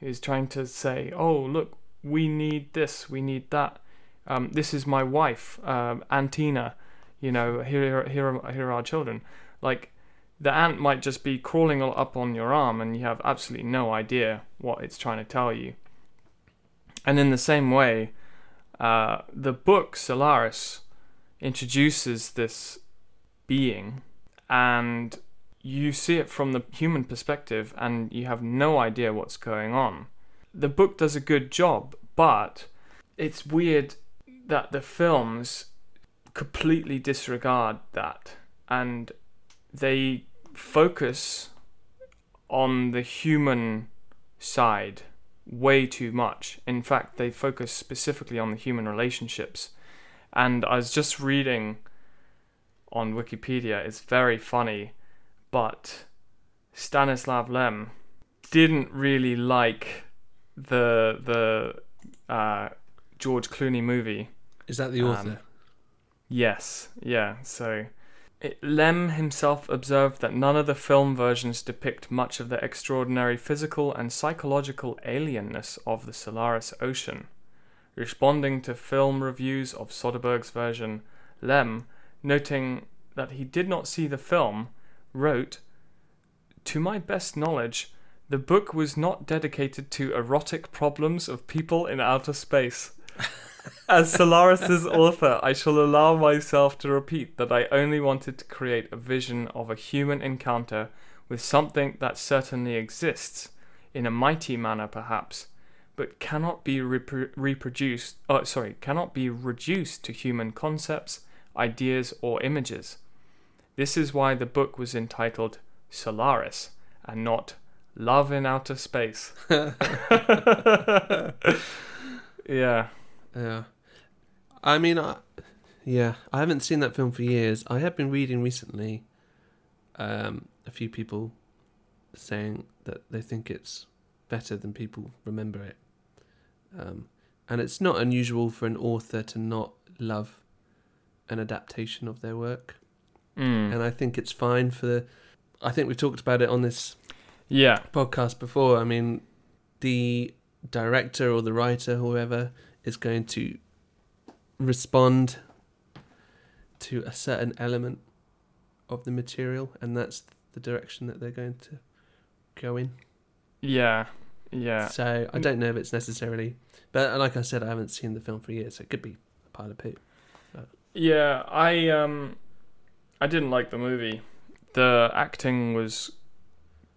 B: He was trying to say, "Oh, look, we need this, we need that. Um, this is my wife, um, Antina. You know, here, here, are, here are our children." Like, the ant might just be crawling all up on your arm, and you have absolutely no idea what it's trying to tell you. And in the same way, uh, the book Solaris introduces this being, and you see it from the human perspective, and you have no idea what's going on the book does a good job, but it's weird that the films completely disregard that and they focus on the human side way too much. In fact, they focus specifically on the human relationships. And I was just reading on Wikipedia, it's very funny, but Stanislav Lem didn't really like the the uh, George Clooney movie.
A: Is that the
B: Um,
A: author?
B: Yes, yeah. So it, Lem himself observed that none of the film versions depict much of the extraordinary physical and psychological alienness of the Solaris Ocean. Responding to film reviews of Soderbergh's version, Lem, noting that he did not see the film, wrote, To my best knowledge, the book was not dedicated to erotic problems of people in outer space. As Solaris's author, I shall allow myself to repeat that I only wanted to create a vision of a human encounter with something that certainly exists, in a mighty manner perhaps, but cannot be repro- reproduced. Oh, sorry, cannot be reduced to human concepts, ideas, or images. This is why the book was entitled Solaris and not Love in Outer Space. yeah.
A: Yeah. I mean, I, yeah, I haven't seen that film for years. I have been reading recently um, a few people saying that they think it's better than people remember it. Um, and it's not unusual for an author to not love an adaptation of their work.
B: Mm.
A: And I think it's fine for the. I think we've talked about it on this
B: Yeah.
A: podcast before. I mean, the director or the writer, whoever, is going to respond to a certain element of the material, and that's the direction that they're going to go in.
B: Yeah, yeah, Mm.
A: So I don't know if it's necessarily, but uh, like I said, I haven't seen the film for years, so it could be a pile of poop.
B: yeah. I um, I didn't like the movie. The acting was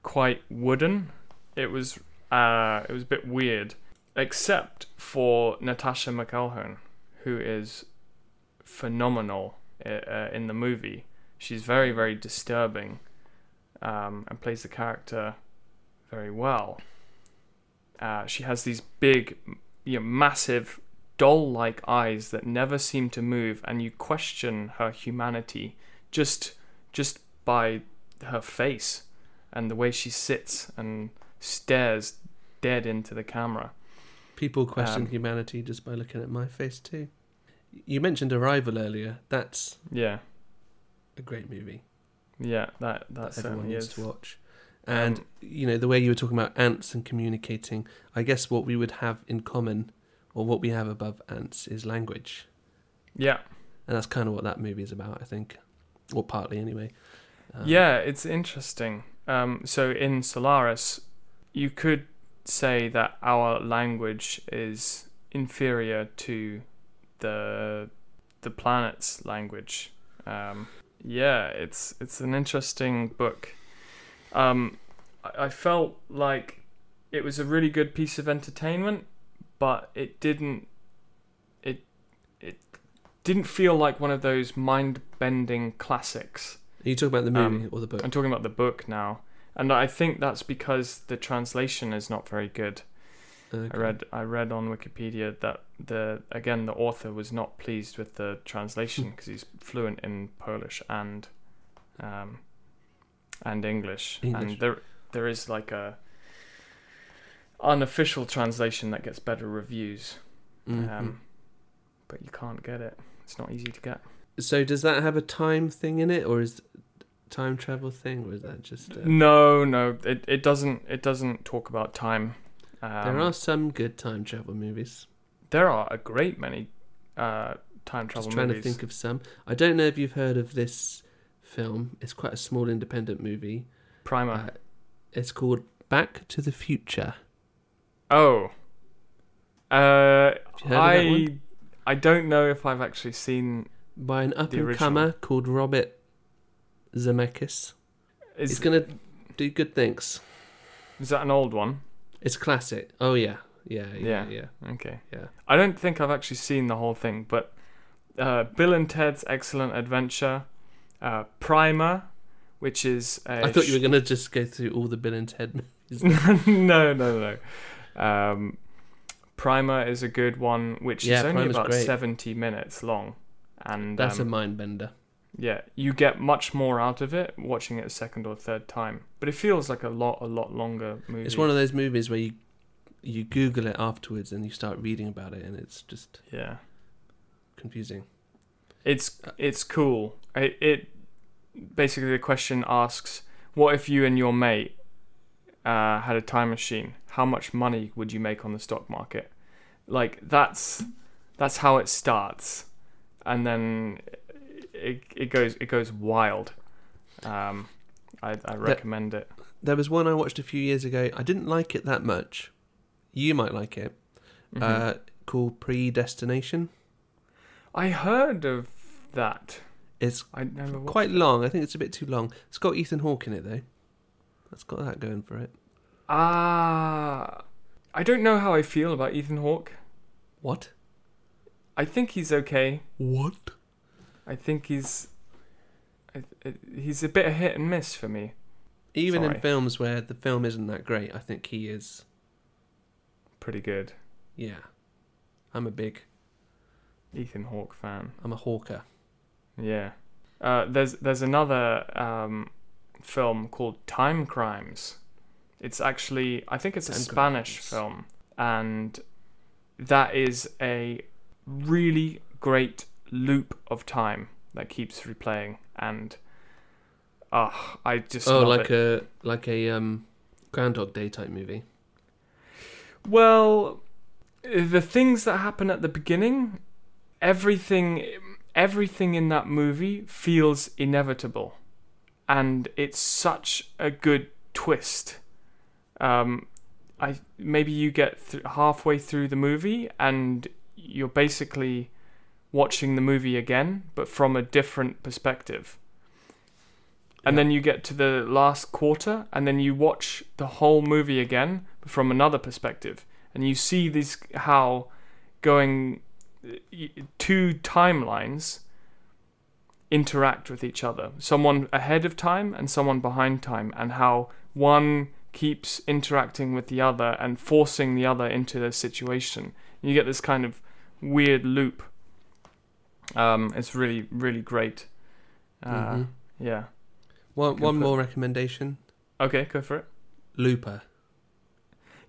B: quite wooden. It was uh, it was a bit weird, except for Natasha McElhone, who is phenomenal uh, uh, in the movie. She's very very disturbing, um, and plays the character very well. Uh, she has these big, you know, massive doll like eyes that never seem to move, and you question her humanity just just by her face and the way she sits and stares dead into the camera.
A: People question
B: Um,
A: humanity just by looking at my face too. You mentioned Arrival earlier. That's
B: Yeah,
A: a great movie.
B: yeah, that that
A: that everyone
B: certainly
A: needs
B: is.
A: to watch. And
B: Um,
A: you know the way you were talking about ants and communicating. I guess what we would have in common, or what we have above ants, is language,
B: Yeah,
A: and that's kind of what that movie is about, I think, or partly anyway. Um,
B: yeah, it's interesting. Um, so in Solaris, you could say that our language is inferior to the the planet's language. Um, yeah, it's it's an interesting book. Um, I, I felt like it was a really good piece of entertainment, but it didn't it it didn't feel like one of those mind bending classics.
A: Are you talking about the movie or the book?
B: I'm talking about the book now, and I think that's because the translation is not very good. I
A: Okay.
B: read I read on Wikipedia that the again the author was not pleased with the translation because he's fluent in Polish and um, and English.
A: English.
B: and there there is like a unofficial translation that gets better reviews,
A: Mhm.
B: um, but you can't get it. It's not easy to get.
A: so does that have a time thing in it, or is time travel thing, or is that just? Uh,
B: No, no, it, it doesn't it doesn't talk about time. Um,
A: there are some good time travel movies.
B: there are a great many uh, time travel
A: Just trying
B: movies.
A: to think of some. I don't know if you've heard of this film. It's quite a small independent movie.
B: Primer.
A: Uh, it's called Back to the Future.
B: Oh. Uh,
A: you heard of that
B: I
A: one?
B: I don't know if I've actually seen.
A: by an up and comer called Robert Zemeckis.
B: Is,
A: He's gonna do good things.
B: is that an old one?
A: It's classic. Oh yeah, yeah, yeah,
B: Yeah.
A: yeah,
B: Okay.
A: yeah.
B: I don't think I've actually seen the whole thing, but uh, Bill and Ted's Excellent Adventure, uh, Primer, which is a
A: I thought you were gonna just go through all the Bill and Ted movies.
B: no, no, no. Um, Primer is a good one, which
A: Yeah,
B: is only
A: Primer's
B: about
A: great.
B: seventy minutes long, and
A: That's
B: um,
A: a mind bender.
B: yeah, you get much more out of it watching it a second or third time. But it feels like a lot, a lot longer movie.
A: It's one of those movies where you you Google it afterwards and you start reading about it, and it's just
B: yeah,
A: confusing.
B: it's it's cool. It, it basically the question asks, what if you and your mate uh, had a time machine? How much money would you make on the stock market? Like that's that's how it starts, and then it it goes it goes wild. Um, I I recommend it.
A: There was one I watched a few years ago. I didn't like it that much. You might like it.
B: Mm-hmm.
A: Uh, called Predestination.
B: I heard of that.
A: It's
B: I never watched
A: quite long. I think it's a bit too long. It's got Ethan Hawke in it though. That's got that going for it.
B: Ah, I don't know how I feel about Ethan Hawke.
A: What?
B: I think he's okay.
A: What?
B: I think he's I, I- he's a bit of hit and miss for me.
A: Even in
B: Sorry.
A: films where the film isn't that great, I think he is.
B: Pretty good,
A: Yeah, I'm a big,
B: Ethan Hawke fan.
A: I'm a hawker.
B: Yeah. Uh, there's there's another um, film called Time Crimes. It's actually I think it's a
A: Time
B: Spanish
A: Crimes.
B: film, and that is a really great loop of time that keeps replaying. And ah, I just
A: oh,
B: love
A: like
B: it.
A: a like a um, Groundhog Day type movie.
B: Well, the things that happen at the beginning, everything, everything in that movie feels inevitable, and it's such a good twist. Um, I maybe you get th- halfway through the movie and you're basically watching the movie again, but from a different perspective. And then you get to the last quarter, and then you watch the whole movie again but from another perspective, and you see these how going uh, y- two timelines interact with each other someone ahead of time and someone behind time and how one keeps interacting with the other and forcing the other into their situation you get this kind of weird loop um, it's really really great uh,
A: Mhm.
B: yeah
A: One
B: Can
A: one
B: put-
A: more recommendation:
B: okay go for it
A: Looper.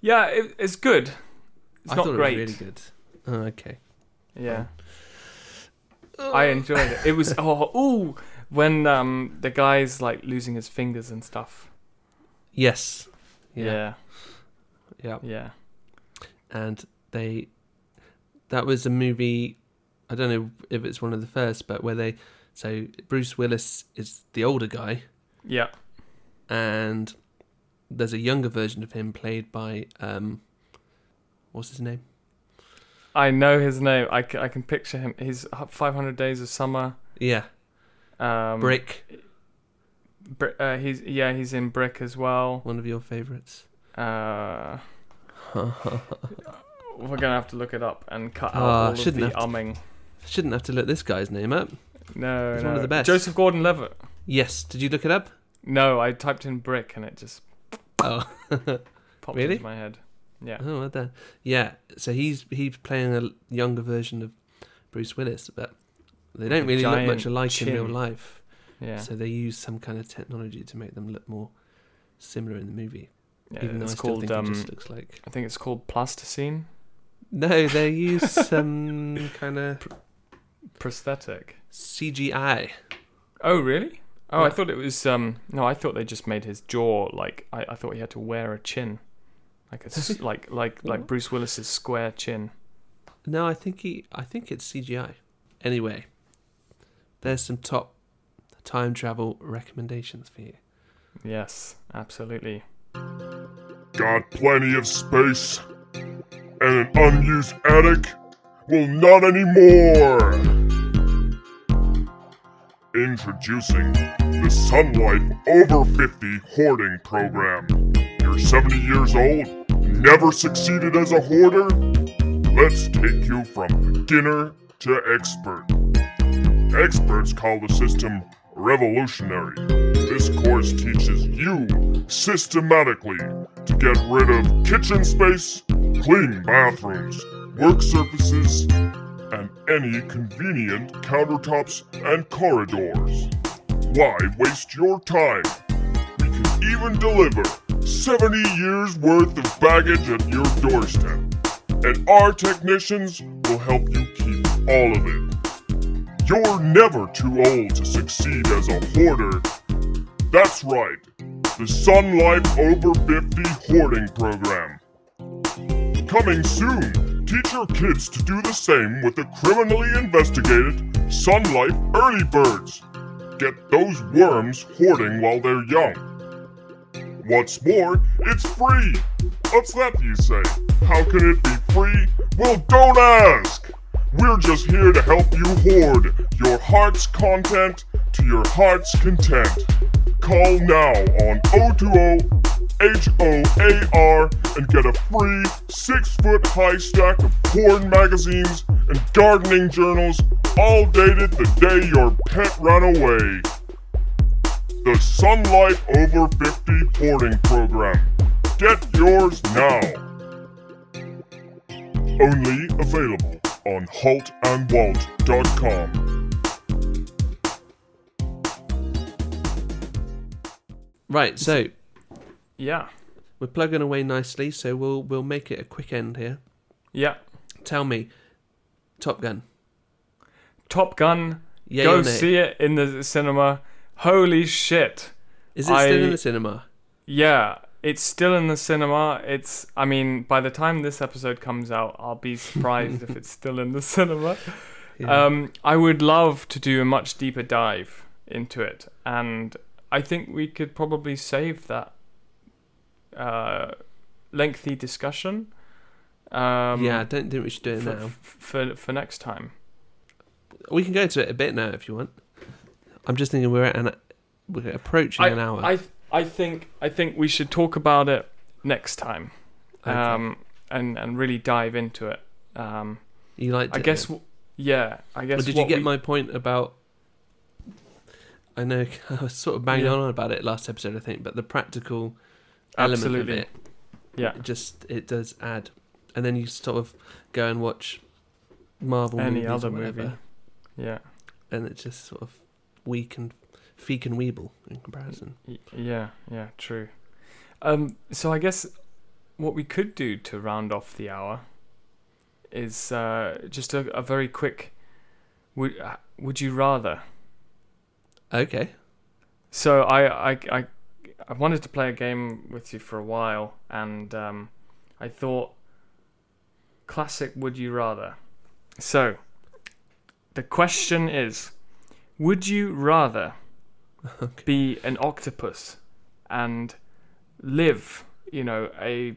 B: yeah it, it's good it's
A: I
B: not
A: thought
B: great
A: it was really good. Oh, okay.
B: yeah I enjoyed it. It was oh ooh when um the guy's like losing his fingers and stuff.
A: Yes. Yeah.
B: Yeah.
A: Yeah.
B: Yeah.
A: And they, that was a movie. I don't know if it's one of the first, but where they, so Bruce Willis is the older guy.
B: Yeah.
A: and there's a younger version of him played by um, what's his name?
B: I know his name. I, c- I can picture him. He's 500 Days of Summer.
A: Yeah,
B: Um,
A: Brick,
B: Br- uh, he's yeah, he's in Brick as well.
A: one of your favorites.
B: Uh, we're gonna have to look it up and cut out
A: Ah,
B: all of the
A: shouldn't have to.
B: umming.
A: Shouldn't have to look this guy's name up.
B: No,
A: He's
B: no.
A: one of the best.
B: Joseph Gordon-Levitt.
A: Yes, did you look it up?
B: No, I typed in Brick and it just
A: Oh,
B: popped
A: Really?
B: into my head. Yeah.
A: oh, well done. Yeah, so he's he's playing a younger version of Bruce Willis, but they don't
B: a
A: really look
B: giant
A: much alike in real
B: chin.
A: life.
B: Yeah.
A: So they use some kind of technology to make them look more similar in the movie.
B: yeah
A: even though I
B: it's
A: still
B: called
A: think
B: um
A: it just looks like.
B: I think it's called plasticine
A: No, they use some kind of
B: prosthetic.
A: CGI.
B: Oh, really? Oh, I
A: Yeah.
B: thought it was um no, I thought they just made his jaw like I, I thought he had to wear a chin. Like a s like like like Bruce Willis's square chin.
A: No, I think he. I think it's CGI. Anyway, there's some top time travel recommendations for you.
B: Yes, absolutely.
E: Got plenty of space and an unused attic? Well, not anymore! Introducing the Sun Life Over 50 Hoarding Program. You're 70 years old, never succeeded as a hoarder? Let's take you from beginner to expert. Experts call the system revolutionary. This course teaches you systematically to get rid of kitchen space, clean bathrooms, work surfaces, and any convenient countertops and corridors. Why waste your time? We can even deliver 70 years worth of baggage at your doorstep. And our technicians will help you keep all of it. You're never too old to succeed as a hoarder. That's right, the Sun Life Over 50 Hoarding Program. Coming soon, teach your kids to do the same with the criminally investigated Sun Life Early Birds. Get those worms hoarding while they're young. What's more, it's free! What's that you say? How can it be free? Well, don't ask! We're just here to help you hoard your heart's content to your heart's content. Call now on 020 HOAR and get a free 6 foot high stack of porn magazines and gardening journals, all dated the day your pet ran away. The Sunlight Over 50 Hoarding Program. Get yours now. Only available on haltandwalt.com.
A: Right, so
B: Yeah.
A: we're plugging away nicely, so we'll we'll make it a quick end here.
B: Yeah.
A: Tell me, Top Gun.
B: Top Gun.
A: Yay
B: Go
A: or nay?
B: see it in the cinema. Holy shit.
A: Is it still
B: I-
A: in the cinema?
B: Yeah, it's still in the cinema. It's I mean, by the time this episode comes out, I'll be surprised if it's still in the cinema. Um, I would love to do a much deeper dive into it, and I think we could probably save that uh, lengthy discussion. Um,
A: yeah, I don't think we should do it
B: for,
A: now.
B: f- for for next time.
A: We can go to it a bit now if you want. I'm just thinking we're at an we're approaching
B: I,
A: an hour.
B: I I think I think we should talk about it next time,
A: Okay.
B: um, and and really dive into it. Um,
A: you liked
B: I
A: it,
B: guess,
A: then?
B: w- yeah. I guess.
A: Well, did
B: what
A: you get
B: we-
A: my point about? I know I was sort of banging
B: Yeah.
A: on about it last episode, I think, but the practical
B: Absolutely.
A: element of it,
B: Yeah.
A: it just it does add, and then you sort of go and watch Marvel
B: Any
A: movies or
B: other
A: whatever,
B: movie. Yeah.
A: and it's just sort of weak and feek and weeble in comparison.
B: Y- Yeah. Yeah. True. Um. So I guess what we could do to round off the hour is uh, just a, a very quick. Would uh, Would you rather?
A: Okay,
B: So I, I I I wanted to play a game with you for a while, and um, I thought classic would you rather. So the question is, would you rather be an octopus and live, you know, a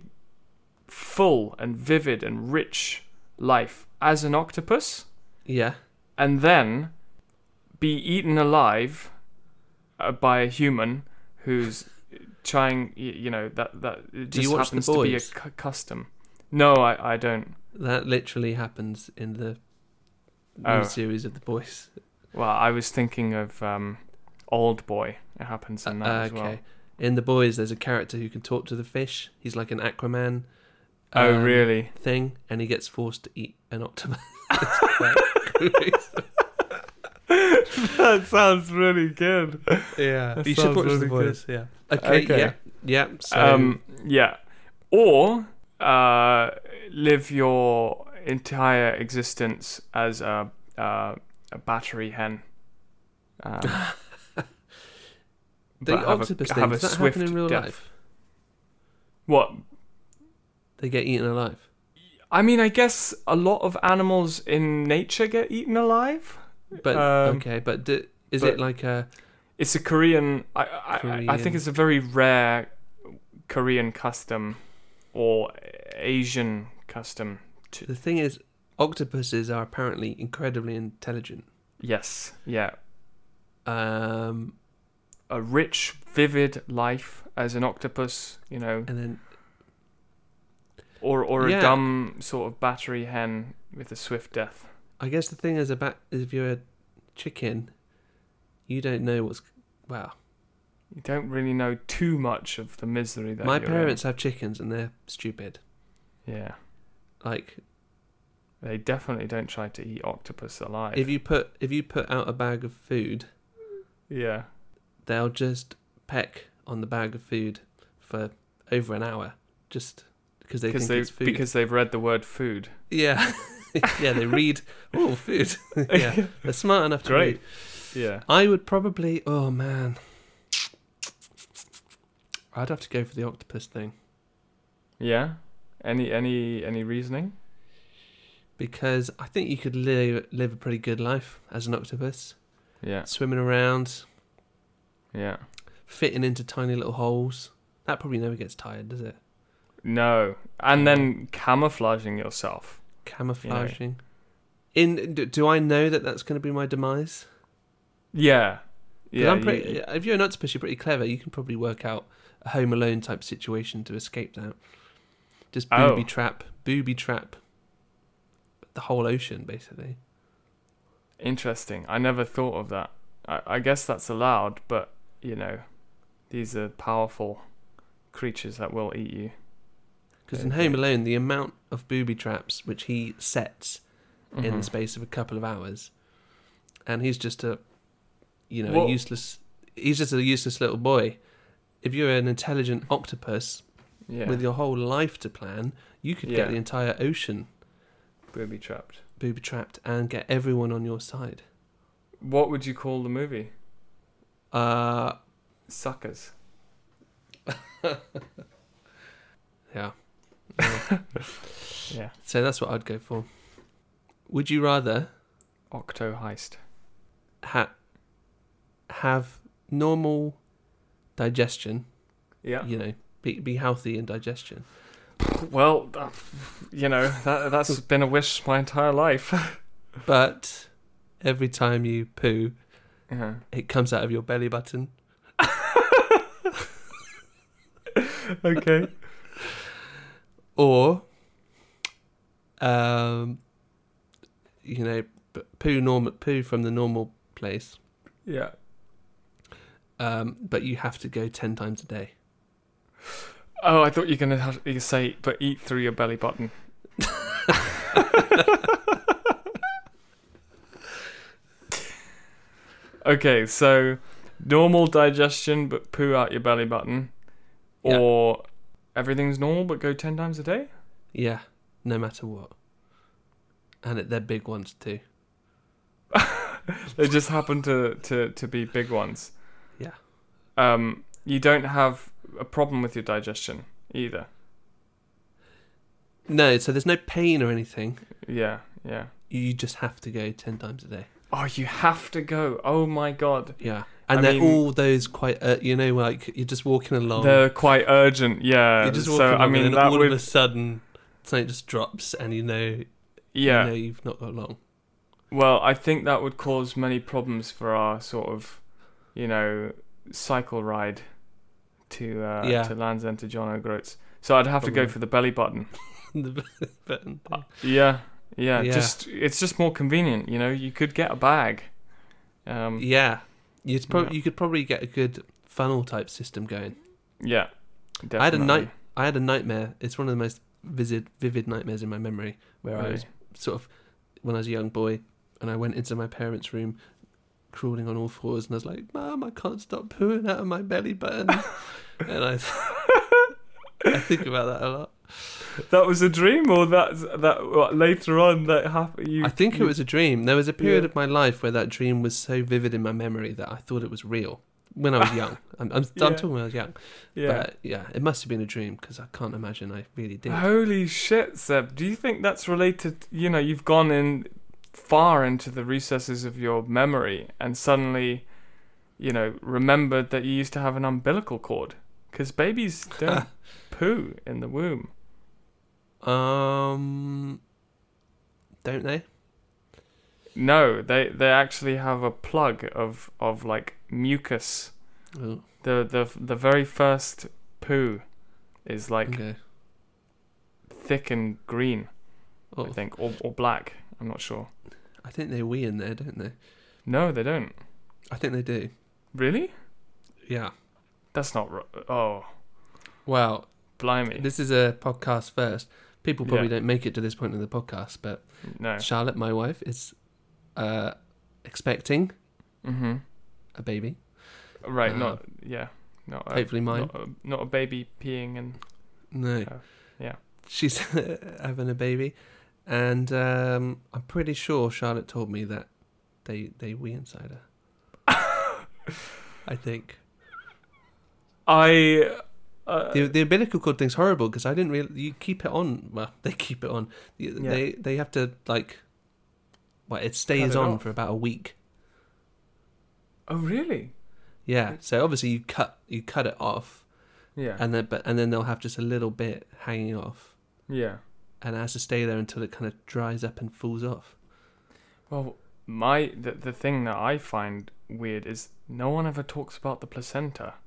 B: full and vivid and rich life as an octopus
A: Yeah.
B: and then be eaten alive uh, by a human who's trying y- you know that that it
A: Do you
B: just
A: watch The
B: happens to be a
A: Boys?
B: cu- custom no i i don't
A: That literally happens in the
B: Oh.
A: new series of The Boys.
B: well i was thinking of um old boy it happens in that
A: Uh,
B: as well
A: In The Boys, there's a character who can talk to the fish. He's like an Aquaman.
B: oh
A: um,
B: really
A: Thing, and he gets forced to eat an octopus. It's quite crazy.
B: that sounds really good
A: yeah,
B: You should sounds watch really The Boys,
A: Yeah. Okay,
B: Okay.
A: Yeah. Yeah. So
B: um yeah or uh live your entire existence as a uh, a battery hen um,
A: the
B: but have a-
A: octopus
B: have
A: thing
B: a
A: does that happen
B: swift
A: in real
B: death.
A: life?
B: What?
A: They get eaten alive.
B: I mean, I guess a lot of animals in nature get eaten alive.
A: But
B: Um,
A: okay, but do, is
B: but-
A: it like a
B: It's a Korean. I, I, I- I
A: Korean.
B: think it's a very rare Korean custom or Asian custom. To,
A: the thing is octopuses are apparently incredibly intelligent.
B: yes, yeah,
A: Um,
B: a rich, vivid life as an octopus, you know,
A: and then
B: or or a
A: Yeah.
B: dumb sort of battery hen with a swift death.
A: I guess the thing is about is if you're a chicken, you don't know what's wow.
B: You don't really know too much of the misery that
A: My
B: you're in.
A: parents have chickens and they're stupid.
B: Yeah,
A: Like
B: they definitely don't try to eat octopus alive.
A: if you put if you put out a bag of food,
B: yeah.
A: they'll just peck on the bag of food for over an hour just because they
B: because
A: think
B: they
A: it's food.
B: because they've read the word food.
A: yeah. yeah, they read oh food. yeah. They're smart enough to
B: Great.
A: read.
B: Yeah.
A: I would probably. Oh man, I'd have to go for the octopus thing
B: Yeah. Any any any reasoning?
A: because I think you could live live a pretty good life as an octopus,
B: Yeah.
A: swimming around,
B: Yeah.
A: fitting into tiny little holes. That probably never gets tired, does it?
B: No. And then camouflaging yourself.
A: Camouflaging. In do, do I know that that's going to be my demise?
B: Yeah.
A: 'Cause
B: Yeah.
A: I'm
B: you-
A: pretty, if you're an octopus, you're pretty clever. You can probably work out a Home Alone type situation to escape that. Just
B: Oh.
A: booby trap, booby trap. The whole ocean, basically.
B: interesting. I never thought of that. I, I guess that's allowed, but you know, these are powerful creatures that will eat you.
A: Because in Home Alone, the amount of booby traps which he sets in
B: Mm-hmm.
A: the space of a couple of hours, and he's just a, you know,
B: Well-
A: a useless. He's just a useless little boy. If you're an intelligent octopus
B: Yeah.
A: with your whole life to plan, you could
B: Yeah.
A: get the entire ocean
B: booby trapped.
A: booby trapped and get everyone on your side.
B: What would you call the movie?
A: Uh,
B: Suckers.
A: yeah.
B: Yeah.
A: So that's what I'd go for. Would you rather
B: Octo heist.
A: ha- have normal digestion
B: Yeah.
A: you know, be, be healthy in digestion.
B: Well, that- you know, that that's been a wish my entire life.
A: But every time you poo,
B: Yeah.
A: it comes out of your belly button.
B: Okay.
A: Or, um, you know, p- poo normal poo from the normal place,
B: yeah.
A: um, but you have to go ten times a day.
B: Oh, I thought you were gonna have you say, but eat through your belly button. okay, so normal digestion, but poo out your belly button,
A: Yeah.
B: or everything's normal but go ten times a day.
A: Yeah, no matter what. And it, they're big ones too.
B: They just happen to to to be big ones.
A: Yeah.
B: Um, you don't have a problem with your digestion either.
A: No, so there's no pain or anything.
B: Yeah, yeah.
A: You just have to go ten times a day.
B: Oh, you have to go. Oh my god.
A: Yeah. And
B: I
A: they're
B: mean-
A: all those quite, uh, you know, like you're just walking along.
B: They're quite urgent, yeah.
A: you're Oh. just walking
B: so
A: along,
B: I mean
A: and
B: that
A: all
B: would
A: of a sudden something just drops, and you know,
B: yeah.
A: you know, you've not got long.
B: Well, I think that would cause many problems for our sort of, you know, cycle ride to uh,
A: Yeah.
B: to Land's End to John O'Groats. So I'd have to go
A: Probably.
B: for the belly button.
A: The button thing.
B: Yeah, yeah.
A: Yeah.
B: Just it's just more convenient, you know. You could get a bag. Um,
A: yeah, you'd prob-
B: Yeah.
A: you could probably get a good funnel type system going.
B: yeah. Definitely.
A: I had a night. I had a nightmare. It's one of the most vivid, vivid nightmares in my memory, where I
B: Really?
A: was sort of when I was a young boy, and I went into my parents' room, crawling on all fours, and I was like, "Mom, I can't stop pooing out of my belly button," and I, I think about that a lot.
B: That was a dream, or that that what, later on that happened. You,
A: I think it
B: you-
A: was a dream. There was a period
B: Yeah.
A: of my life where that dream was so vivid in my memory that I thought it was real when I was young. I'm, I'm,
B: Yeah.
A: I'm talking when I was young,
B: Yeah.
A: but yeah, it must have been a dream because I can't imagine I really did.
B: Holy shit, Seb. Do you think that's related? You know, you've gone in far into the recesses of your memory and suddenly, you know, remembered that you used to have an umbilical cord. Because babies don't poo in the womb.
A: Um, don't they?
B: No, they, they actually have a plug of, of like mucus.
A: Oh,
B: The, the, the very first poo is like
A: okay.
B: thick and green,
A: Oh,
B: I think, or, or black. I'm not sure.
A: I think they wee in there, don't they?
B: No, they don't.
A: I think they do.
B: Really?
A: Yeah.
B: That's not. Ro- oh.
A: Well,
B: Blimey.
A: this is a podcast first. People probably
B: Yeah.
A: don't make it to this point in the podcast, but
B: no.
A: Charlotte, my wife, is uh, expecting
B: Mm-hmm.
A: a baby.
B: Right.
A: Uh,
B: not. Yeah. Not. A,
A: hopefully mine.
B: Not a, not a baby peeing and.
A: No.
B: Oh, yeah.
A: She's having a baby, and um, I'm pretty sure Charlotte told me that they they wee inside her. I think
B: I. Uh,
A: the the umbilical cord thing's horrible because I didn't really. You keep it on. Well, they keep it on. You-
B: Yeah.
A: They they have to like. Well, it stays
B: it
A: on
B: off.
A: for about a week.
B: oh really?
A: Yeah. So obviously you cut you cut it off,
B: Yeah.
A: and then but and then they'll have just a little bit hanging off,
B: yeah.
A: and it has to stay there until it kind of dries up and falls off.
B: Well, my the, the thing that I find weird is no one ever talks about the placenta.
A: It's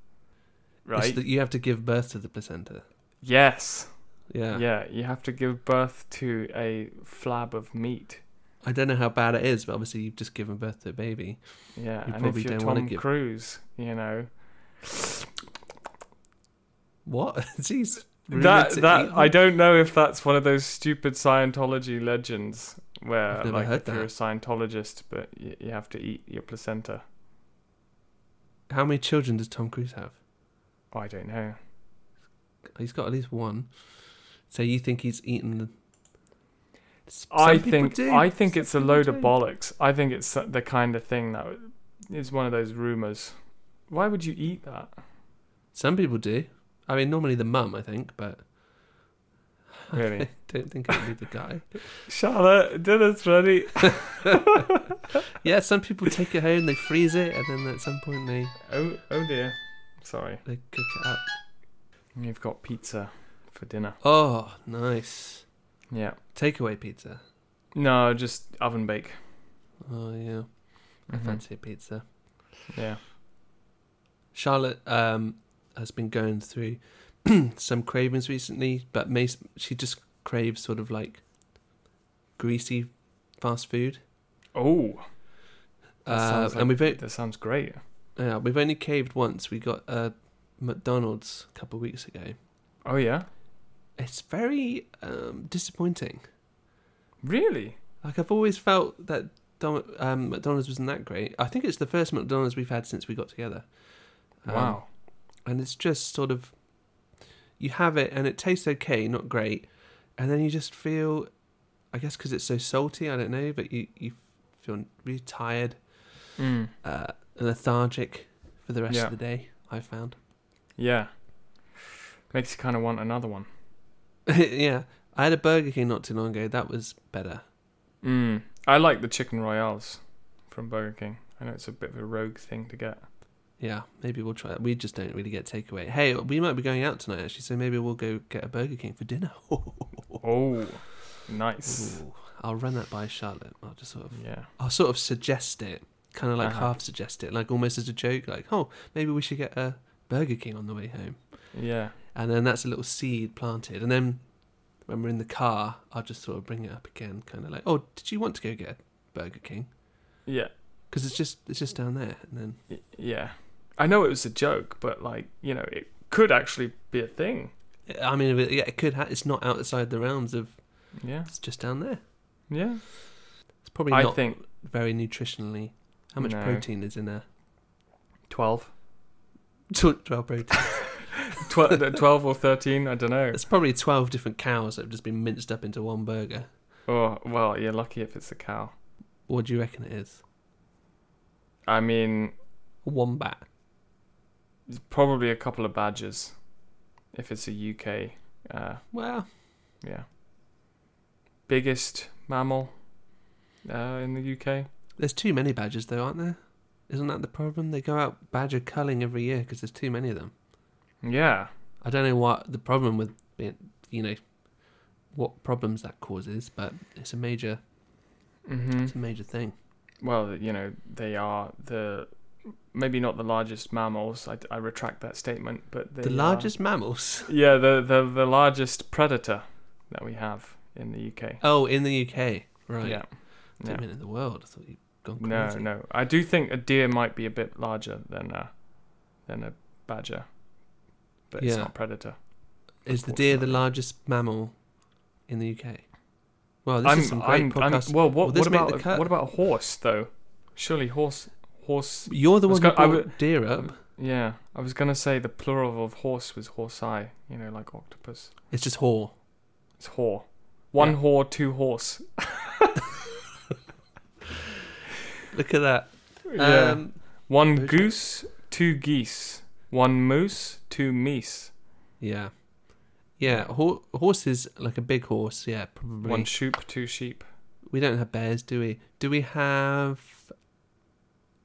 B: Right.
A: that you have to give birth to the placenta.
B: yes.
A: Yeah.
B: Yeah. You have to give birth to a flab of meat.
A: I don't know how bad it is, but obviously you've just given birth to a baby.
B: Yeah.
A: You
B: and
A: probably
B: if you're
A: don't wanna
B: Tom
A: give-
B: Cruise, you know.
A: What? Jeez.
B: that
A: Really?
B: that I don't know if that's one of those stupid Scientology legends where
A: I've never
B: like
A: heard
B: if you're a
A: that.
B: Scientologist but you, you have to eat your placenta.
A: How many children does Tom Cruise have?
B: Oh, I don't know.
A: He's got at least one. So you think he's eaten? The... S-
B: I
A: some people
B: think
A: do.
B: I think
A: Some
B: it's a
A: people
B: load of
A: do.
B: bollocks. I think it's the kind of thing that is one of those rumors. Why would you eat that?
A: Some people do. I mean, normally the mum, I think, but
B: Really,
A: don't think it would be the guy.
B: Charlotte, dinner's ready.
A: yeah, some people take it home, they freeze it, and then at some point they
B: Oh, oh dear. Sorry,
A: they cook it up.
B: you've got pizza for dinner.
A: Oh, nice
B: Yeah.
A: takeaway pizza.
B: No, just oven bake.
A: Oh yeah, I
B: Mhm.
A: fancy a pizza.
B: Yeah.
A: Charlotte um, has been going through some cravings recently, but mas- she just craves sort of like greasy fast food.
B: Oh, that
A: Uh,
B: sounds
A: and
B: like-
A: we've o-
B: that sounds great.
A: yeah, we've only caved once. We got a McDonald's a couple of weeks ago.
B: Oh yeah.
A: It's very um, disappointing.
B: Really?
A: Like I've always felt that Dom- um, McDonald's wasn't that great. I think it's the first McDonald's we've had since we got together. Um,
B: Wow.
A: and it's just sort of you have it and it tastes okay not great and then you just feel i guess because it's so salty i don't know but you, you feel really tired
B: Mm.
A: uh, and lethargic for the rest
B: Yeah.
A: of the day i found
B: Yeah. Makes you kind of want another one.
A: yeah i had a burger king not too long ago that was better
B: Mm. I like the chicken royales from Burger King. I know it's a bit of a rogue thing to get.
A: Yeah, maybe we'll try that. We just don't really get takeaway. Hey, we might be going out tonight actually, so maybe we'll go get a Burger King for dinner.
B: Oh, nice.
A: Ooh, I'll run that by Charlotte. I'll just sort of,
B: Yeah.
A: I'll sort of suggest it, kind of like
B: Uh-huh.
A: half suggest it, like almost as a joke, like, oh, maybe we should get a Burger King on the way home.
B: Yeah.
A: And then that's a little seed planted. And then when we're in the car, I'll just sort of bring it up again, kind of like, oh, did you want to go get a Burger King?
B: Yeah.
A: Because it's just it's just down there. And then
B: Y- Yeah. I know it was a joke, but like, you know, it could actually be a thing.
A: I mean, it- yeah, it could. Ha- it's not outside the realms of.
B: Yeah.
A: It's just down there.
B: Yeah.
A: It's probably
B: I
A: not
B: think
A: very nutritionally. How much
B: No.
A: protein is in a
B: 12.
A: tw- twelve protein?
B: Twe- uh, 12 or 13, I don't know.
A: It's probably twelve different cows that have just been minced up into one burger.
B: Oh, well, you're lucky if it's a cow.
A: What do you reckon it is?
B: I mean,
A: A wombat.
B: it's probably a couple of badgers if it's a UK. Uh,
A: Well,
B: yeah. Biggest mammal uh, in the UK.
A: there's too many badgers though, aren't there? Isn't that the problem? They go out badger culling every year because there's too many of them.
B: Yeah.
A: I don't know what the problem with being, you know, what problems that causes, but it's a major,
B: hmm
A: it's a major thing.
B: Well, you know, they are the maybe not the largest mammals. I, I retract that statement, but they
A: The
B: are-
A: largest mammals.
B: Yeah, the, the the largest predator that we have in the UK.
A: Oh, in the UK, right?
B: Yeah.
A: I
B: yeah.
A: mean, in the world. I thought you'd gone crazy.
B: No, no. I do think a deer might be a bit larger than a than a badger, but it's
A: Yeah.
B: not predator.
A: Is the deer the
B: Unfortunately.
A: largest mammal in the UK? Well, this
B: I'm,
A: is some great
B: I'm, I'm-
A: podcast.
B: well, what,
A: Will this
B: what
A: make
B: about
A: the
B: a-
A: cut?
B: what about a horse though? Surely horse horse.
A: You're the one who
B: Let's go- I
A: brought
B: would-
A: deer up.
B: Yeah, I was gonna say the plural of horse was horsei. You know, like octopus.
A: It's just whore.
B: It's whore. One whore, two horse.
A: Look at that.
B: Yeah.
A: Um,
B: One
A: Bojack.
B: goose, two geese. One moose, two meese.
A: yeah. Yeah. Hor- horses, like a big horse. Yeah, probably.
B: One shoop, two sheep.
A: we don't have bears, do we? Do we have?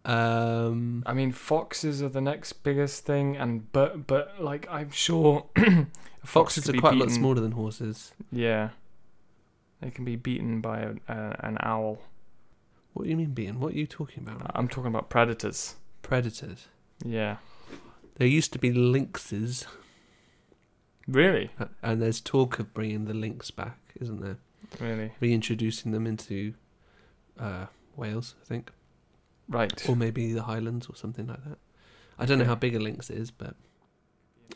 A: Um.
B: I mean, foxes are the next biggest thing, and but but like I'm sure
A: Foxes
B: could
A: are
B: be
A: quite a lot
B: beaten-
A: smaller than horses.
B: Yeah, they can be beaten by a, a, an owl.
A: What do you mean, being? What are you talking about?
B: I'm talking about predators.
A: Predators.
B: Yeah,
A: There used to be lynxes.
B: really,
A: Uh, And there's talk of bringing the links back, isn't there?
B: really,
A: Reintroducing them into uh, Wales, I think,
B: right.
A: or maybe the Highlands or something like that. I don't know how big a lynx is, but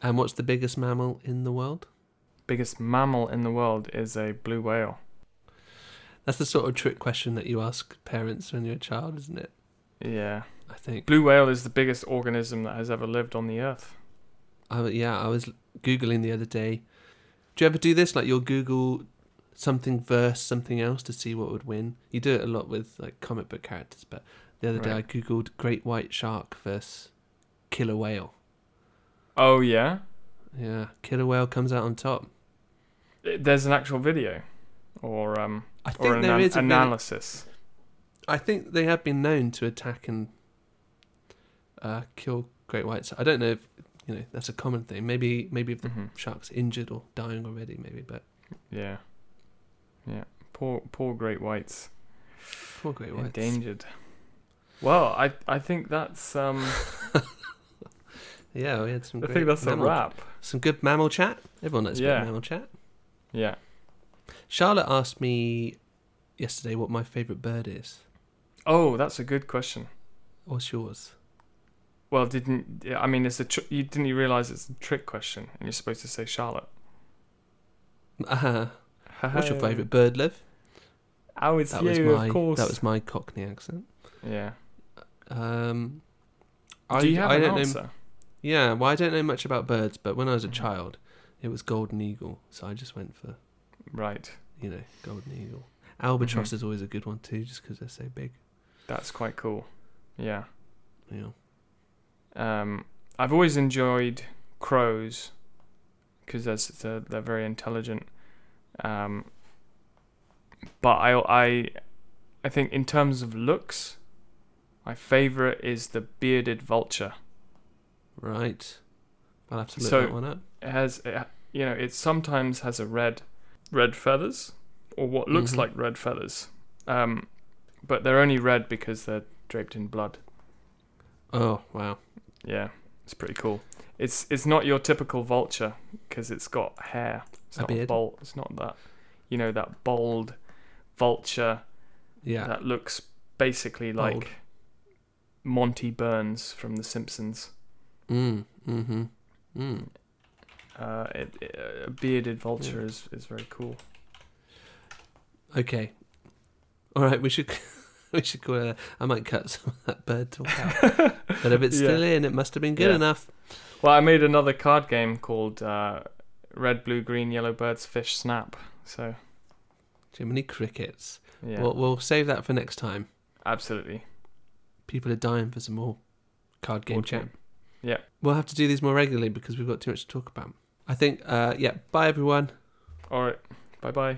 A: and what's the biggest mammal in the world?
B: Biggest mammal in the world is a blue whale.
A: That's the sort of trick question that you ask parents when you're a child, isn't it?
B: Yeah,
A: I think.
B: blue whale is the biggest organism that has ever lived on the earth.
A: I, yeah, I was googling the other day. Do you ever do this? Like you'll Google something verse something else to see what would win. You do it a lot with like comic book characters, but the other day I
B: Right.
A: googled great white shark versus killer whale.
B: Oh yeah,
A: Yeah, killer whale comes out on top.
B: there's an actual video, or um,
A: I
B: or
A: think
B: an
A: there
B: an-
A: is a bit.
B: analysis.
A: I think they have been known to attack and uh, kill great whites. I don't know if you know that's a common thing. Maybe maybe if the
B: Mhm.
A: shark's injured or dying already, maybe. But
B: Yeah, yeah. Poor poor great whites.
A: poor great whites.
B: Endangered. Well, I I think that's um
A: Yeah, we had some.
B: I
A: Great
B: think that's a
A: mammal-
B: wrap.
A: Some good mammal chat. Everyone likes a bit
B: Yeah.
A: of mammal chat.
B: Yeah.
A: Charlotte asked me yesterday what my favourite bird is.
B: Oh, that's a good question.
A: What's yours?
B: Well, didn't I mean it's a tr- you didn't you realize it's a trick question and you're supposed to say Charlotte.
A: Uh, what's your favourite bird, Liv?
B: Oh, Um, it's
A: That was
B: you,
A: my
B: of course.
A: that was my Cockney accent.
B: yeah.
A: Um,
B: Do you have
A: I
B: an
A: don't
B: answer?
A: Know, yeah, well, I don't know much about birds, but when I was a
B: Mhm.
A: child, it was golden eagle, so I just went for
B: Right.
A: you know golden eagle.
B: Mm-hmm.
A: Albatross is always a good one too, just because they're so big.
B: That's quite cool. Yeah.
A: Yeah.
B: Um, I've always enjoyed crows because they're, s- they're they're very intelligent. Um, but I I I think in terms of looks, My favorite is the bearded vulture.
A: Right. I'll have to look
B: So-
A: that one up.
B: It has, it, ha- you know, it sometimes has a red, red feathers, or what looks
A: Mm-hmm.
B: like red feathers. Um, but they're only red because they're draped in blood.
A: Oh wow.
B: Yeah, it's pretty cool. It's it's not your typical vulture because it's got hair. It's
A: A
B: not
A: beard.
B: bold. It's not that, you know, that bold vulture
A: Yeah.
B: that looks basically like
A: Bold.
B: Monty Burns from The Simpsons.
A: Mm. Mm-hmm. Mm.
B: Uh, it, it- a bearded vulture is, is very cool.
A: Okay. All right. We should. We should call it. I might cut some of that bird talk out. but if it's
B: Yeah.
A: still in, it must have been good
B: Yeah.
A: enough.
B: Well, I made another card game called uh, Red, Blue, Green, Yellow Birds Fish Snap. So
A: Jiminy crickets.
B: yeah,
A: We'll, we'll save that for next time.
B: absolutely.
A: People are dying for some more card game
B: More
A: chat.
B: time. Yeah.
A: We'll have to do these more regularly because we've got too much to talk about. I think. Uh, yeah. Bye everyone.
B: All right. Bye bye.